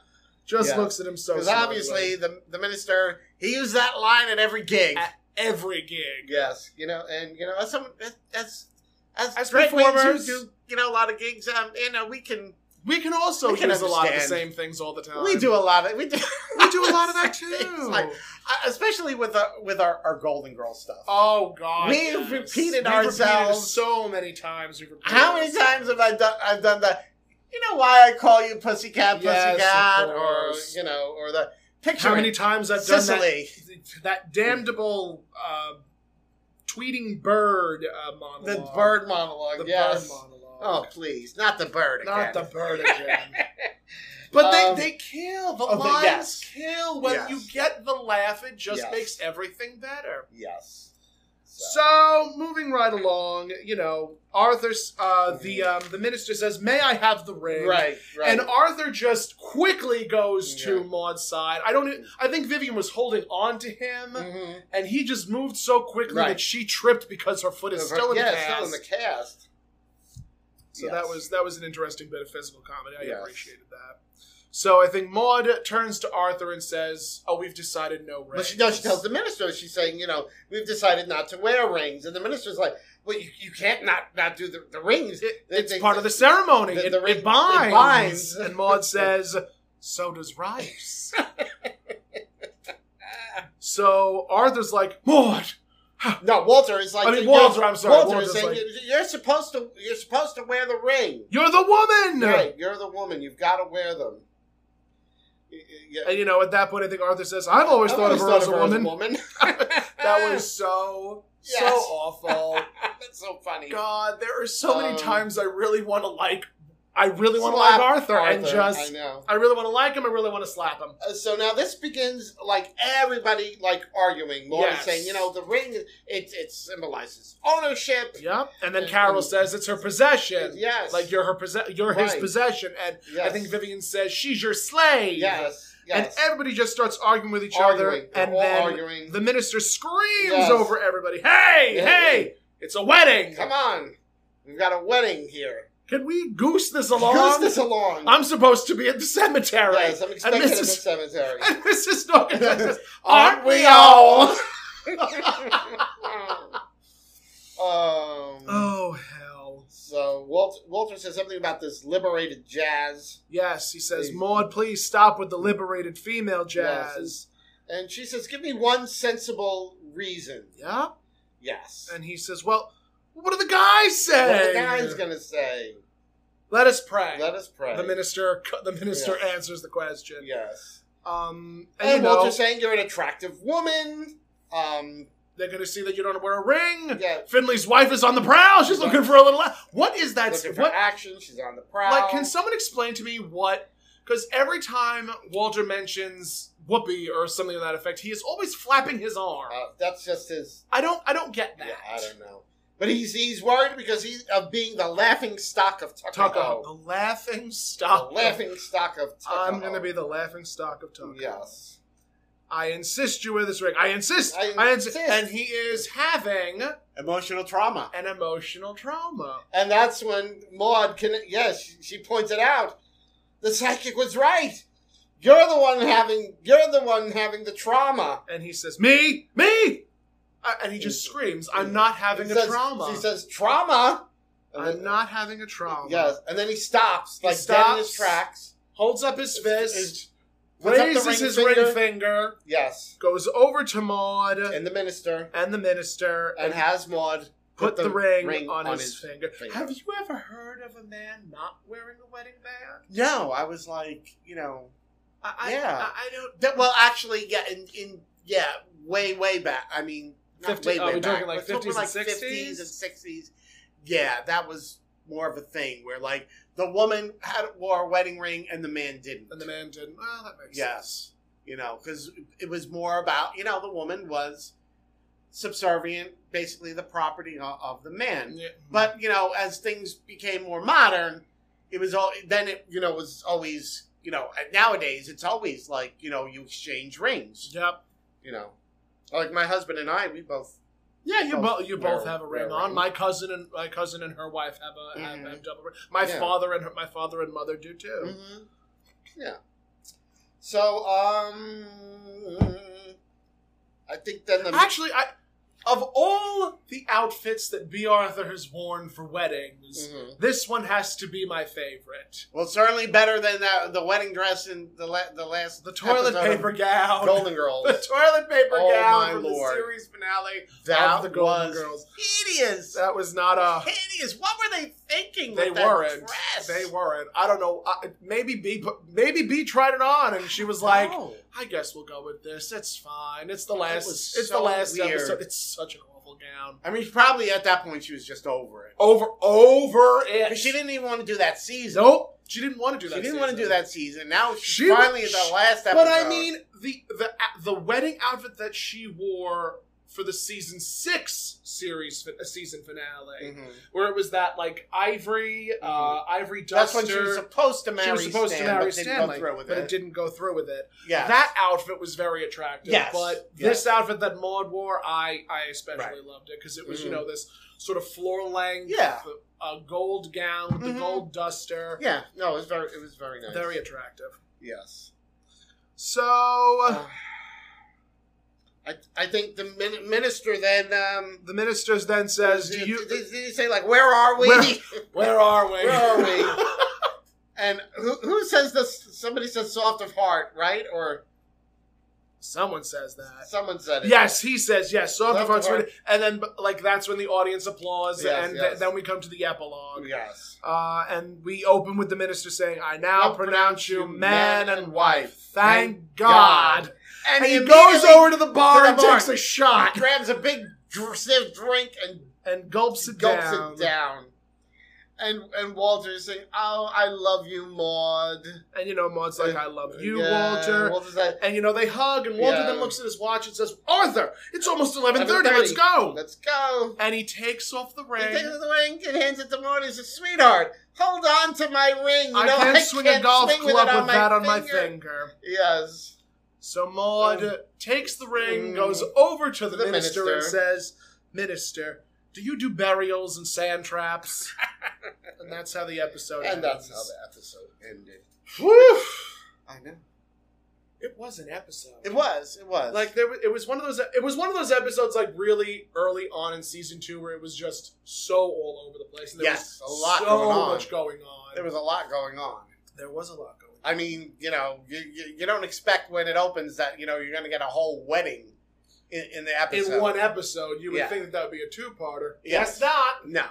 Speaker 2: just
Speaker 4: Yeah.
Speaker 2: looks at him so.
Speaker 4: because
Speaker 2: smugly.
Speaker 4: obviously the the minister he used that line at every gig.
Speaker 2: At- every gig.
Speaker 4: Yes, you know, and you know, as some as as, as,
Speaker 2: As
Speaker 4: great
Speaker 2: performers.
Speaker 4: performers who do you know a lot of gigs, um, you know, we can
Speaker 2: We can also
Speaker 4: We can
Speaker 2: use a lot of the
Speaker 4: understand.
Speaker 2: same things all the time.
Speaker 4: we do a lot of we do
Speaker 2: We do a lot of that too.
Speaker 4: It's like- uh, especially with our with our, our Golden Girl stuff.
Speaker 2: oh God,
Speaker 4: We've
Speaker 2: yes.
Speaker 4: repeated
Speaker 2: We've
Speaker 4: ourselves.
Speaker 2: so many times. We've repeated
Speaker 4: How many times have I done I've done that? You know why I call you pussycat,
Speaker 2: Yes, of
Speaker 4: pussycat, or
Speaker 2: course.
Speaker 4: you know, or the picture.
Speaker 2: How many times I've done that?
Speaker 4: Sicily,
Speaker 2: That damnable uh, tweeting bird uh, monologue.
Speaker 4: the bird monologue?
Speaker 2: The
Speaker 4: yes.
Speaker 2: bird monologue.
Speaker 4: Oh please, not the bird again.
Speaker 2: Not the bird again. But
Speaker 4: Um,
Speaker 2: they, they kill. The
Speaker 4: oh, they-
Speaker 2: lines
Speaker 4: yes.
Speaker 2: kill. When
Speaker 4: Yes.
Speaker 2: you get the laugh, it just
Speaker 4: Yes.
Speaker 2: makes everything better.
Speaker 4: yes. So,
Speaker 2: So moving right along, you know, Arthur, uh, the um, the minister says, "May I have the ring?"
Speaker 4: Mm-hmm. right, right.
Speaker 2: And um, Arthur just quickly goes to
Speaker 4: Yeah.
Speaker 2: Maud's side. I don't. e- I think Vivian was holding on to him,
Speaker 4: Mhm.
Speaker 2: and he just moved so quickly
Speaker 4: Right.
Speaker 2: that she tripped because her foot is still in
Speaker 4: yeah,
Speaker 2: the
Speaker 4: it's
Speaker 2: cast.
Speaker 4: still in the cast.
Speaker 2: So
Speaker 4: Yes.
Speaker 2: that was that was an interesting bit of physical comedy. I
Speaker 4: Yes.
Speaker 2: appreciated that. So I think Maud turns to Arthur and says, "Oh, we've decided no rings."
Speaker 4: Well, she, no, she tells the minister. She's saying, you know, we've decided not to wear rings, and the minister's like, well, you, you can't not not do the, the rings.
Speaker 2: It-
Speaker 4: They-
Speaker 2: it's
Speaker 4: they-
Speaker 2: part of the ceremony.
Speaker 4: the-
Speaker 2: it,
Speaker 4: the
Speaker 2: it
Speaker 4: ring- it
Speaker 2: binds.
Speaker 4: binds.
Speaker 2: And Maud says, "So does rice." so Arthur's like, "Maud,
Speaker 4: No, Walter is like,
Speaker 2: I mean
Speaker 4: you know,
Speaker 2: Walter. I'm sorry,
Speaker 4: Walter
Speaker 2: Walter's
Speaker 4: is saying
Speaker 2: like,
Speaker 4: "You- you're supposed to you're supposed to wear the ring.
Speaker 2: you're the woman."
Speaker 4: Right, you're the woman. You've got to wear them. Y- y- yeah.
Speaker 2: And you know, at that point, I think Arthur says, "I've always
Speaker 4: I've
Speaker 2: thought
Speaker 4: always
Speaker 2: of her as a woman."
Speaker 4: woman.
Speaker 2: That was so so
Speaker 4: Yes.
Speaker 2: awful.
Speaker 4: that's so funny.
Speaker 2: God, there are so many
Speaker 4: Um,
Speaker 2: times I really want to like. I really want to like
Speaker 4: Slap
Speaker 2: Arthur, and
Speaker 4: I
Speaker 2: just.
Speaker 4: know.
Speaker 2: I, really want to like him. I really want to slap him.
Speaker 4: Uh, so now this begins like everybody like arguing. More
Speaker 2: Yes.
Speaker 4: saying, you know, the ring it it symbolizes ownership.
Speaker 2: Yep. And then
Speaker 4: And-
Speaker 2: Carol
Speaker 4: and-
Speaker 2: says it's her possession.
Speaker 4: Yes,
Speaker 2: Like you're her possession. You're his
Speaker 4: Right.
Speaker 2: possession. And
Speaker 4: Yes.
Speaker 2: I think Vivian says she's your slave.
Speaker 4: Yes, yes.
Speaker 2: And everybody just starts arguing with each
Speaker 4: Arguing.
Speaker 2: other,
Speaker 4: They're
Speaker 2: and
Speaker 4: all
Speaker 2: then
Speaker 4: arguing.
Speaker 2: the minister screams
Speaker 4: Yes.
Speaker 2: over everybody. Hey,
Speaker 4: Yeah.
Speaker 2: hey! It's a wedding.
Speaker 4: Come on, we've got a wedding here.
Speaker 2: Can we goose this along?
Speaker 4: Who's this along?
Speaker 2: I'm supposed to be at the cemetery.
Speaker 4: yes, I'm expected at the
Speaker 2: Mrs.
Speaker 4: cemetery.
Speaker 2: And Mrs. Norton says,
Speaker 4: Aren't we all? um.
Speaker 2: Oh, hell.
Speaker 4: Mm-hmm. So Wal- Walter, Walter says something about this liberated jazz,
Speaker 2: Yes, he says,
Speaker 4: Hey.
Speaker 2: Maud, please stop with the liberated female jazz.
Speaker 4: and she says, "Give me one sensible reason."
Speaker 2: Yeah.
Speaker 4: Yes.
Speaker 2: And he says, Well, what do the guys say?
Speaker 4: what are the guy's gonna say?
Speaker 2: Let us pray.
Speaker 4: Let us pray.
Speaker 2: The minister the minister
Speaker 4: Yeah.
Speaker 2: answers the question.
Speaker 4: Yes.
Speaker 2: Um and,
Speaker 4: And,
Speaker 2: you know,
Speaker 4: Walter's saying you're an attractive woman. Um.
Speaker 2: they're gonna see that you don't wear a ring.
Speaker 4: Yeah.
Speaker 2: Finley's wife is on the prowl. She's
Speaker 4: Right.
Speaker 2: looking for a little what is that
Speaker 4: looking for
Speaker 2: what
Speaker 4: action. She's on the prowl.
Speaker 2: Like, can someone explain to me what? Because every time Walter mentions Whoopi or something of that effect, he is always flapping his arm.
Speaker 4: Uh, that's just his.
Speaker 2: I don't, I don't get that.
Speaker 4: Yeah, I don't know. But he's he's worried because he's of being the laughing stock of Tuckahoe.
Speaker 2: Tuckahoe, the laughing stock.
Speaker 4: The laughing stock of Tuckahoe.
Speaker 2: I'm gonna be the laughing stock of Tuckahoe.
Speaker 4: Yes.
Speaker 2: I insist you wear this ring. I insist.
Speaker 4: I
Speaker 2: I insist.
Speaker 4: insist.
Speaker 2: And he is having
Speaker 4: Emotional trauma.
Speaker 2: an emotional trauma.
Speaker 4: And that's when Maud can. Yes, she, she pointed out the psychic was right. You're the one having. You're the one having the trauma.
Speaker 2: And he says, "Me, me," Uh, and he just screams, "I'm not having
Speaker 4: He
Speaker 2: a
Speaker 4: says-
Speaker 2: trauma.
Speaker 4: She says uh, trauma. And
Speaker 2: I'm
Speaker 4: then-
Speaker 2: not having a trauma."
Speaker 4: Yes, and then he stops,
Speaker 2: He
Speaker 4: like dead in his
Speaker 2: stops.
Speaker 4: tracks.
Speaker 2: Holds up his fist.
Speaker 4: Is- puts up the
Speaker 2: raises
Speaker 4: ring
Speaker 2: his
Speaker 4: finger.
Speaker 2: ring finger,
Speaker 4: Yes,
Speaker 2: goes over to Maud and,
Speaker 4: and the minister
Speaker 2: the minister,
Speaker 4: and
Speaker 2: and
Speaker 4: has Maud
Speaker 2: put the, ring, on, his, finger.
Speaker 4: finger.
Speaker 2: Have you ever heard of a man not wearing a wedding band?
Speaker 4: No, I was like, you know,
Speaker 2: I, I-
Speaker 4: Yeah.
Speaker 2: I, I don't.
Speaker 4: that, well, actually, yeah, in, in yeah, way way back. I mean, not
Speaker 2: 50
Speaker 4: way,
Speaker 2: are
Speaker 4: way
Speaker 2: we
Speaker 4: back.
Speaker 2: talking like
Speaker 4: but something
Speaker 2: 50s and 60s?
Speaker 4: 50s and sixties. Yeah, that was more of a thing where like the woman had wore a wedding ring and the man didn't.
Speaker 2: And the man didn't. Well, that makes sense.
Speaker 4: Yes. You know, because it was more about, you know, the woman was subservient, basically the property o- of the man.
Speaker 2: Yeah.
Speaker 4: But, you know, as things became more modern, it was all, then it, you know, was always, you know, nowadays it's always like, you know, you exchange rings,
Speaker 2: Yep.
Speaker 4: you know. Like my husband and I, we both,
Speaker 2: Yeah, you
Speaker 4: Both
Speaker 2: both you
Speaker 4: wear-
Speaker 2: both have a
Speaker 4: wear a
Speaker 2: ring on.
Speaker 4: ring.
Speaker 2: My cousin and my cousin and her wife have a have-
Speaker 4: Mhm.
Speaker 2: have double ring. My
Speaker 4: Yeah.
Speaker 2: father and her, my father and mother do too.
Speaker 4: Mhm. yeah. So, um, I think then the,
Speaker 2: Actually, I of all the outfits that B. Arthur has worn for weddings,
Speaker 4: Mhm.
Speaker 2: This one has to be my favorite.
Speaker 4: Well, certainly better than that, the wedding dress and the la- the last
Speaker 2: The toilet
Speaker 4: episode of
Speaker 2: paper gown.
Speaker 4: Golden
Speaker 2: the
Speaker 4: Girls.
Speaker 2: toilet paper
Speaker 4: Oh,
Speaker 2: gown
Speaker 4: my
Speaker 2: from
Speaker 4: lord.
Speaker 2: the series finale
Speaker 4: that
Speaker 2: of the Golden
Speaker 4: was
Speaker 2: Girls.
Speaker 4: hideous,
Speaker 2: That was not a.
Speaker 4: hideous. What were they thinking?
Speaker 2: They
Speaker 4: with that
Speaker 2: weren't.
Speaker 4: dress?
Speaker 2: They weren't. I don't know. I, maybe B. put- Maybe B. tried it on, and she was like,
Speaker 4: No.
Speaker 2: "I guess we'll go with this. It's fine. It's the last.
Speaker 4: was
Speaker 2: it's the
Speaker 4: so
Speaker 2: last
Speaker 4: weird.
Speaker 2: episode. It's such an awful gown.
Speaker 4: I mean, probably at that point she was just over it.
Speaker 2: Over, over it.
Speaker 4: 'Cause She didn't even want to do that season.
Speaker 2: Nope. She didn't want to do
Speaker 4: she
Speaker 2: that.
Speaker 4: didn't want to
Speaker 2: season.
Speaker 4: do that season. Now she's
Speaker 2: She
Speaker 4: finally
Speaker 2: was-
Speaker 4: at the last episode.
Speaker 2: But I mean, the the the wedding outfit that she wore for the season six series fi- season finale,
Speaker 4: Mhm.
Speaker 2: where it was that like ivory uh, ivory
Speaker 4: Mm-hmm. that's
Speaker 2: duster.
Speaker 4: when she was supposed to marry.
Speaker 2: She was supposed
Speaker 4: Stan,
Speaker 2: to marry
Speaker 4: but didn't go
Speaker 2: Stanley,
Speaker 4: through with
Speaker 2: but
Speaker 4: it.
Speaker 2: it didn't go through with it.
Speaker 4: yeah,
Speaker 2: That outfit was very attractive.
Speaker 4: Yes,
Speaker 2: But
Speaker 4: yes.
Speaker 2: this outfit that Maud wore, I I especially
Speaker 4: Right.
Speaker 2: loved it because it was you
Speaker 4: Mhm.
Speaker 2: know this sort of floor length,
Speaker 4: Yeah.
Speaker 2: uh, gold gown with the
Speaker 4: Mhm.
Speaker 2: gold duster,
Speaker 4: yeah. No, it was very. It was very nice.
Speaker 2: very attractive.
Speaker 4: yes.
Speaker 2: So
Speaker 4: I, I think the min- minister then um,
Speaker 2: the minister then says, "Do
Speaker 4: did,
Speaker 2: you?"
Speaker 4: did, did he say like where are we?
Speaker 2: Where- Where are we?
Speaker 4: Where are we? and who, who says this? Somebody says soft of heart, right? Or
Speaker 2: Someone says that.
Speaker 4: someone said it.
Speaker 2: Yes, he says yes. Soft
Speaker 4: Soft
Speaker 2: of
Speaker 4: of
Speaker 2: heart's
Speaker 4: heart.
Speaker 2: ready. And then, like, that's when the audience applauds,
Speaker 4: Yes,
Speaker 2: and
Speaker 4: yes.
Speaker 2: th- then we come to the epilogue.
Speaker 4: Oh, Yes.
Speaker 2: Uh, and we open with the minister saying, "I now
Speaker 4: Now
Speaker 2: pronounce you man and wife. Thank,
Speaker 4: Thank
Speaker 2: God."
Speaker 4: God.
Speaker 2: And, he
Speaker 4: immediately
Speaker 2: goes over to the bar
Speaker 4: to the
Speaker 2: and
Speaker 4: bar.
Speaker 2: takes a shot
Speaker 4: grabs a big dr- stiff drink and
Speaker 2: and gulps it
Speaker 4: gulps
Speaker 2: down.
Speaker 4: it down. And and Walter's saying, "Oh, I love you, Maud."
Speaker 2: And you know, Maud's like, "I love you,
Speaker 4: Yeah,
Speaker 2: Walter."
Speaker 4: Walter's like,
Speaker 2: And you know, they hug, and Walter
Speaker 4: Yeah.
Speaker 2: then looks at his watch and says, "Arthur, it's almost eleven thirty.
Speaker 4: 11:30.
Speaker 2: Let's go."
Speaker 4: "Let's go."
Speaker 2: And he takes off the ring.
Speaker 4: He takes the ring and hands it to Maud. He says, "Sweetheart, hold on to my ring. You
Speaker 2: I
Speaker 4: know,
Speaker 2: can't
Speaker 4: I
Speaker 2: swing
Speaker 4: can't
Speaker 2: a golf
Speaker 4: swing
Speaker 2: club
Speaker 4: it
Speaker 2: with that on my
Speaker 4: finger."
Speaker 2: finger.
Speaker 4: Yes.
Speaker 2: So Maud
Speaker 4: Um,
Speaker 2: takes the ring,
Speaker 4: mm,
Speaker 2: goes over to the,
Speaker 4: the
Speaker 2: minister, and
Speaker 4: minister.
Speaker 2: says, Minister, do you do burials and sand traps? and that's how the episode ends.
Speaker 4: And that's how the episode ended.
Speaker 2: Whew.
Speaker 4: I know.
Speaker 2: It was an episode.
Speaker 4: It was. It was.
Speaker 2: Like there, wa- it was one of those. It was one of those episodes, like really early on in season two, where it was just so all over the place. And there
Speaker 4: Yes,
Speaker 2: was
Speaker 4: a lot
Speaker 2: so
Speaker 4: going on.
Speaker 2: much going on.
Speaker 4: there was a lot going on.
Speaker 2: there was a lot going. on.
Speaker 4: I mean, you know, you, you, you don't expect when it opens that you know you're going to get a whole wedding in, in the episode.
Speaker 2: In one episode, you would
Speaker 4: Yeah.
Speaker 2: think that that would be a two-parter.
Speaker 4: Yes.
Speaker 2: Guess not.
Speaker 4: No,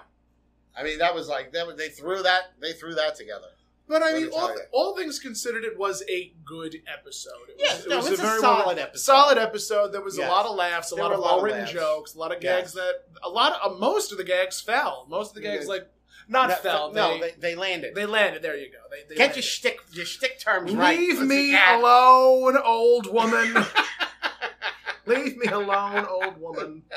Speaker 4: I mean that was like that. was- They threw that. They threw that together.
Speaker 2: But I
Speaker 4: Let me
Speaker 2: mean, all,
Speaker 4: tell you.
Speaker 2: all things considered, it was a good episode. It was,
Speaker 4: Yes,
Speaker 2: it
Speaker 4: no,
Speaker 2: was
Speaker 4: it's a,
Speaker 2: very well-
Speaker 4: solid episode.
Speaker 2: solid episode. There was
Speaker 4: Yes.
Speaker 2: a lot of laughs, a
Speaker 4: There
Speaker 2: lot
Speaker 4: were
Speaker 2: of
Speaker 4: a lot
Speaker 2: well
Speaker 4: of
Speaker 2: written
Speaker 4: laughs.
Speaker 2: jokes, a lot of
Speaker 4: Yes.
Speaker 2: gags that a lot of uh, most of the gags fell. Most of the gags
Speaker 4: Yeah.
Speaker 2: like not
Speaker 4: No,
Speaker 2: fell.
Speaker 4: No,
Speaker 2: they,
Speaker 4: they, they landed.
Speaker 2: they landed. There you go. They, they
Speaker 4: Get
Speaker 2: landed.
Speaker 4: your shtick, your shtick terms right. Ah.
Speaker 2: Leave
Speaker 4: That's
Speaker 2: me
Speaker 4: a cat.
Speaker 2: alone, old woman. Leave me alone, old woman.
Speaker 4: Uh,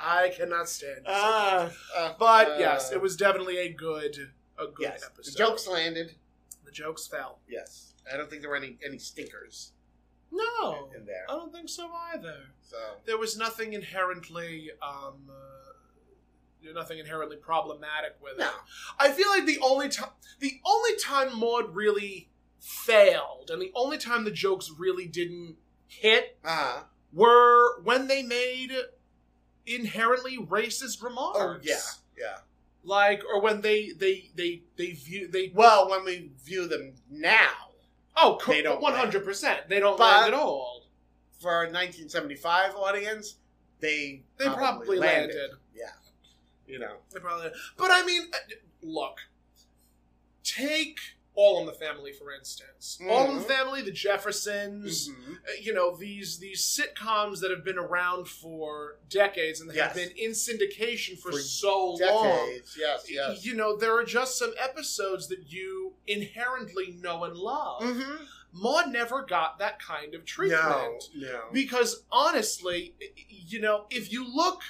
Speaker 2: I cannot stand. This.
Speaker 4: uh, uh,
Speaker 2: but
Speaker 4: uh,
Speaker 2: yes, it was definitely a good, a good
Speaker 4: yes.
Speaker 2: episode.
Speaker 4: The jokes landed.
Speaker 2: the jokes fell.
Speaker 4: Yes, I don't think there were any any stinkers
Speaker 2: No,
Speaker 4: in there.
Speaker 2: I don't think so either.
Speaker 4: So
Speaker 2: there was nothing inherently um uh, nothing inherently problematic with
Speaker 4: no,
Speaker 2: it. I feel like the only time the only time Maud really failed and the only time the jokes really didn't hit
Speaker 4: uh,
Speaker 2: were when they made inherently racist remarks.
Speaker 4: oh yeah, yeah.
Speaker 2: Like or when they they they they view they
Speaker 4: Well, when we view them now
Speaker 2: oh
Speaker 4: They don't
Speaker 2: one hundred percent they don't
Speaker 4: But-
Speaker 2: land at all.
Speaker 4: for our 1975 audience, they
Speaker 2: They probably, landed.
Speaker 4: You know,
Speaker 2: They probably, but I mean, uh, look. Take All in the Family for instance. All in the
Speaker 4: Mhm.
Speaker 2: Family, The
Speaker 4: Mm-hmm.
Speaker 2: Jeffersons, uh, you know these these sitcoms that have been around for decades and have
Speaker 4: Yes.
Speaker 2: been in syndication for,
Speaker 4: For
Speaker 2: so long.
Speaker 4: decades. Yes, yes.
Speaker 2: You know, there are just some episodes that you inherently know and love.
Speaker 4: Mm-hmm.
Speaker 2: Maud never got that kind of treatment.
Speaker 4: No, no.
Speaker 2: Because honestly, y- you know, if you look,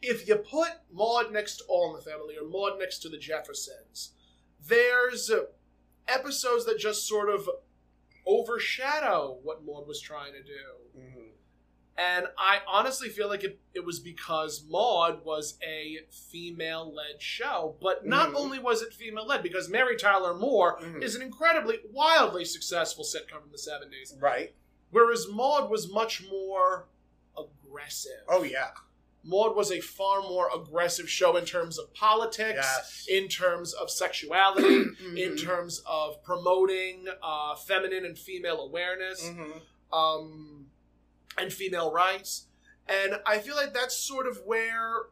Speaker 2: if you put Maud next to All in the Family or Maud next to the Jeffersons, there's uh, episodes that just sort of overshadow what Maud was trying to do.
Speaker 4: Mhm.
Speaker 2: And I honestly feel like it, it was because Maud was a female led show. But not
Speaker 4: Mhm.
Speaker 2: only was it female led, because Mary Tyler Moore
Speaker 4: Mhm.
Speaker 2: is an incredibly, wildly successful sitcom from the 70s.
Speaker 4: Right.
Speaker 2: Whereas Maud was much more aggressive.
Speaker 4: Oh yeah.
Speaker 2: Maud was a far more aggressive show in terms of politics,
Speaker 4: Yes.
Speaker 2: in terms of sexuality, in
Speaker 4: Mhm.
Speaker 2: terms of promoting uh, feminine and female awareness
Speaker 4: Mhm.
Speaker 2: um, and female rights. And I feel like that's sort of where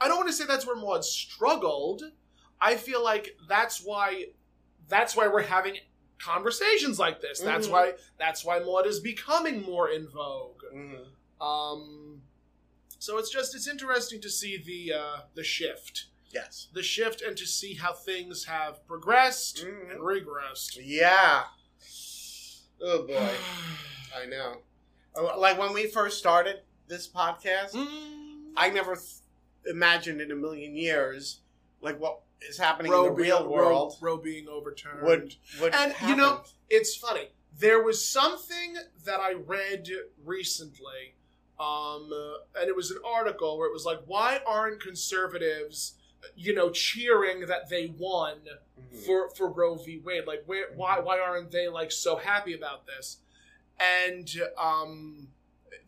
Speaker 2: I don't want to say that's where Maud struggled. I feel like that's why that's why we're having conversations like this. That's
Speaker 4: Mhm.
Speaker 2: why that's why Maud is becoming more in vogue.
Speaker 4: Mhm.
Speaker 2: Um, so it's just it's interesting to see the uh, the shift,
Speaker 4: Yes.
Speaker 2: the shift, and to see how things have progressed
Speaker 4: Mhm.
Speaker 2: and regressed.
Speaker 4: Yeah. Oh boy, I know. Oh, Like when we first started this podcast,
Speaker 2: Mm.
Speaker 4: I never th- imagined in a million years like what is happening
Speaker 2: Roe
Speaker 4: in the
Speaker 2: being-
Speaker 4: real
Speaker 2: Roe-
Speaker 4: world
Speaker 2: Roe, being overturned.
Speaker 4: would would
Speaker 2: And,
Speaker 4: happen.
Speaker 2: you know, it's funny. There was something that I read recently, um, uh, and it was an article where it was like, why aren't conservatives, you know, cheering that they won
Speaker 4: Mhm.
Speaker 2: for for Roe v. Wade? Like, where,
Speaker 4: Hmm.
Speaker 2: why why aren't they like so happy about this? And um,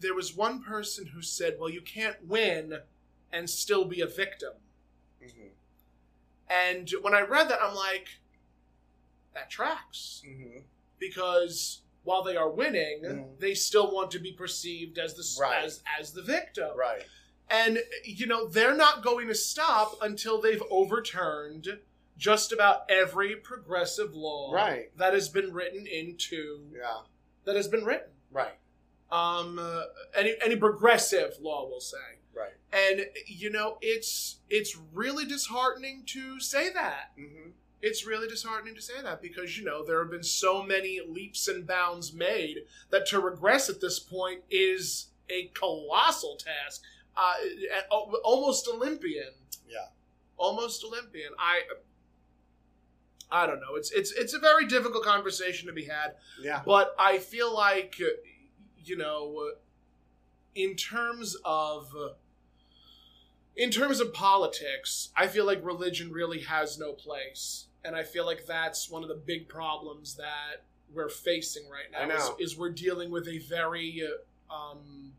Speaker 2: there was one person who said, well, you can't win and still be a victim.
Speaker 4: Mhm.
Speaker 2: And when I read that, I'm like, that tracks.
Speaker 4: Mhm.
Speaker 2: Because while they are winning,
Speaker 4: Mhm.
Speaker 2: they still want to be perceived as the
Speaker 4: Right.
Speaker 2: as, as the victim.
Speaker 4: Right.
Speaker 2: And you know, they're not going to stop until they've overturned just about every progressive law
Speaker 4: Right.
Speaker 2: that has been written into
Speaker 4: Yeah.
Speaker 2: that has been written.
Speaker 4: Right.
Speaker 2: Um uh, any any progressive law will say.
Speaker 4: Right.
Speaker 2: And you know, it's it's really disheartening to say that.
Speaker 4: Mm-hmm.
Speaker 2: It's really disheartening to say that because, you know, there have been so many leaps and bounds made that to regress at this point is a colossal task. Uh, and al- almost Olympian.
Speaker 4: Yeah.
Speaker 2: Almost Olympian. I I don't know. It's it's it's a very difficult conversation to be had,
Speaker 4: Yeah.
Speaker 2: but I feel like uh, you know in terms of in terms of politics, I feel like religion really has no place. And I feel like that's one of the big problems that we're facing right now
Speaker 4: I know.
Speaker 2: Is, is we're dealing with a very uh, um,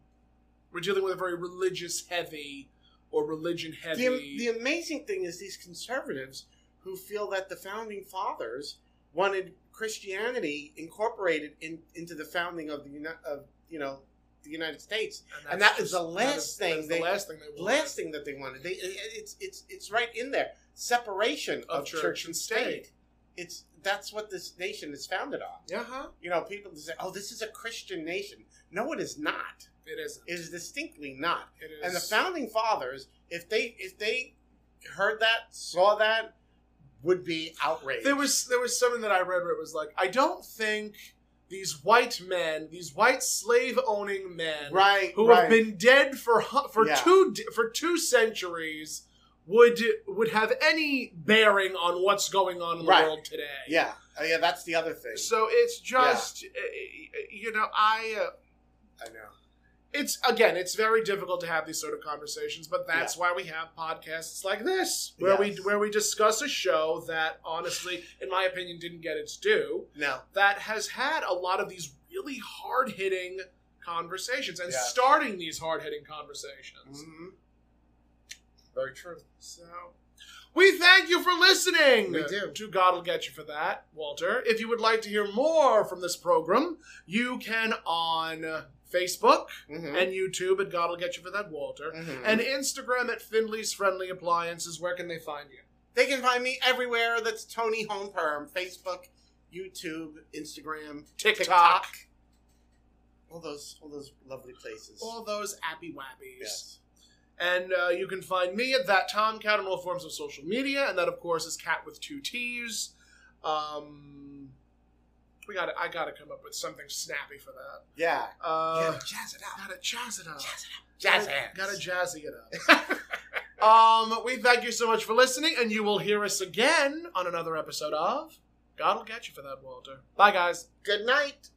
Speaker 2: we're dealing with a very religious heavy or religion heavy
Speaker 4: The, the amazing thing is these conservatives who feel that the founding fathers wanted Christianity incorporated in, into the founding of the Uni- of you know the United States.
Speaker 2: that's
Speaker 4: and that
Speaker 2: just-
Speaker 4: is the
Speaker 2: that
Speaker 4: last
Speaker 2: is- that
Speaker 4: thing
Speaker 2: is
Speaker 4: they-
Speaker 2: the last thing they want.
Speaker 4: Last thing that they wanted, they it's it's it's right in there separation of, church, and state. It's that's what this nation is founded on.
Speaker 2: Uh huh.
Speaker 4: You know, people say, "Oh, this is a Christian nation." No, it is not.
Speaker 2: It isn't.
Speaker 4: It is distinctly not.
Speaker 2: It is.
Speaker 4: And the founding fathers, if they if they heard that, saw that, would be outraged.
Speaker 2: There was there was something that I read where it was like, I don't think these white men, these white slave owning men,
Speaker 4: right
Speaker 2: who
Speaker 4: right.
Speaker 2: have been dead for hu- for
Speaker 4: Yeah.
Speaker 2: two d- for two centuries, would would have any bearing on what's going on in
Speaker 4: Right.
Speaker 2: the world today.
Speaker 4: yeah oh, yeah. That's the other thing.
Speaker 2: So it's just uh, you know I. Uh,
Speaker 4: I know.
Speaker 2: it's again, it's very difficult to have these sort of conversations, but that's why we have podcasts like this, where we
Speaker 4: Yes.
Speaker 2: where we discuss a show that honestly, in my opinion, didn't get its due,
Speaker 4: No,
Speaker 2: that has had a lot of these really hard hitting conversations and
Speaker 4: Yeah.
Speaker 2: starting these hard hitting
Speaker 4: Mm-hmm.
Speaker 2: conversations.
Speaker 4: very true.
Speaker 2: So we thank you for listening.
Speaker 4: We do.
Speaker 2: To God will get you for that, Walter. If you would like to hear more from this program, you can on Facebook
Speaker 4: hmm
Speaker 2: and YouTube and God will get you for that,
Speaker 4: Mm-hmm.
Speaker 2: Walter. And Instagram at Findley's Friendly Appliances. Where can they find you?
Speaker 4: they can find me everywhere. That's Tony Home Perm. Facebook, YouTube, Instagram, TikTok, all those all those lovely places.
Speaker 2: All those appy wappies.
Speaker 4: yes.
Speaker 2: And uh, you can find me at that Tomcat on all forms of social media. And that, of course, is Cat with Two T's. Um, we got. to I got to come up with something snappy for that.
Speaker 4: Yeah.
Speaker 2: Uh,
Speaker 4: yeah. Jazz it up.
Speaker 2: Gotta jazz it up.
Speaker 4: Jazz
Speaker 2: Gotta-
Speaker 4: hands.
Speaker 2: Gotta jazzy it up. um, we thank you so much for listening, and you will hear us again on another episode of God'll Get You for That, Walter. Bye, guys.
Speaker 4: Good night.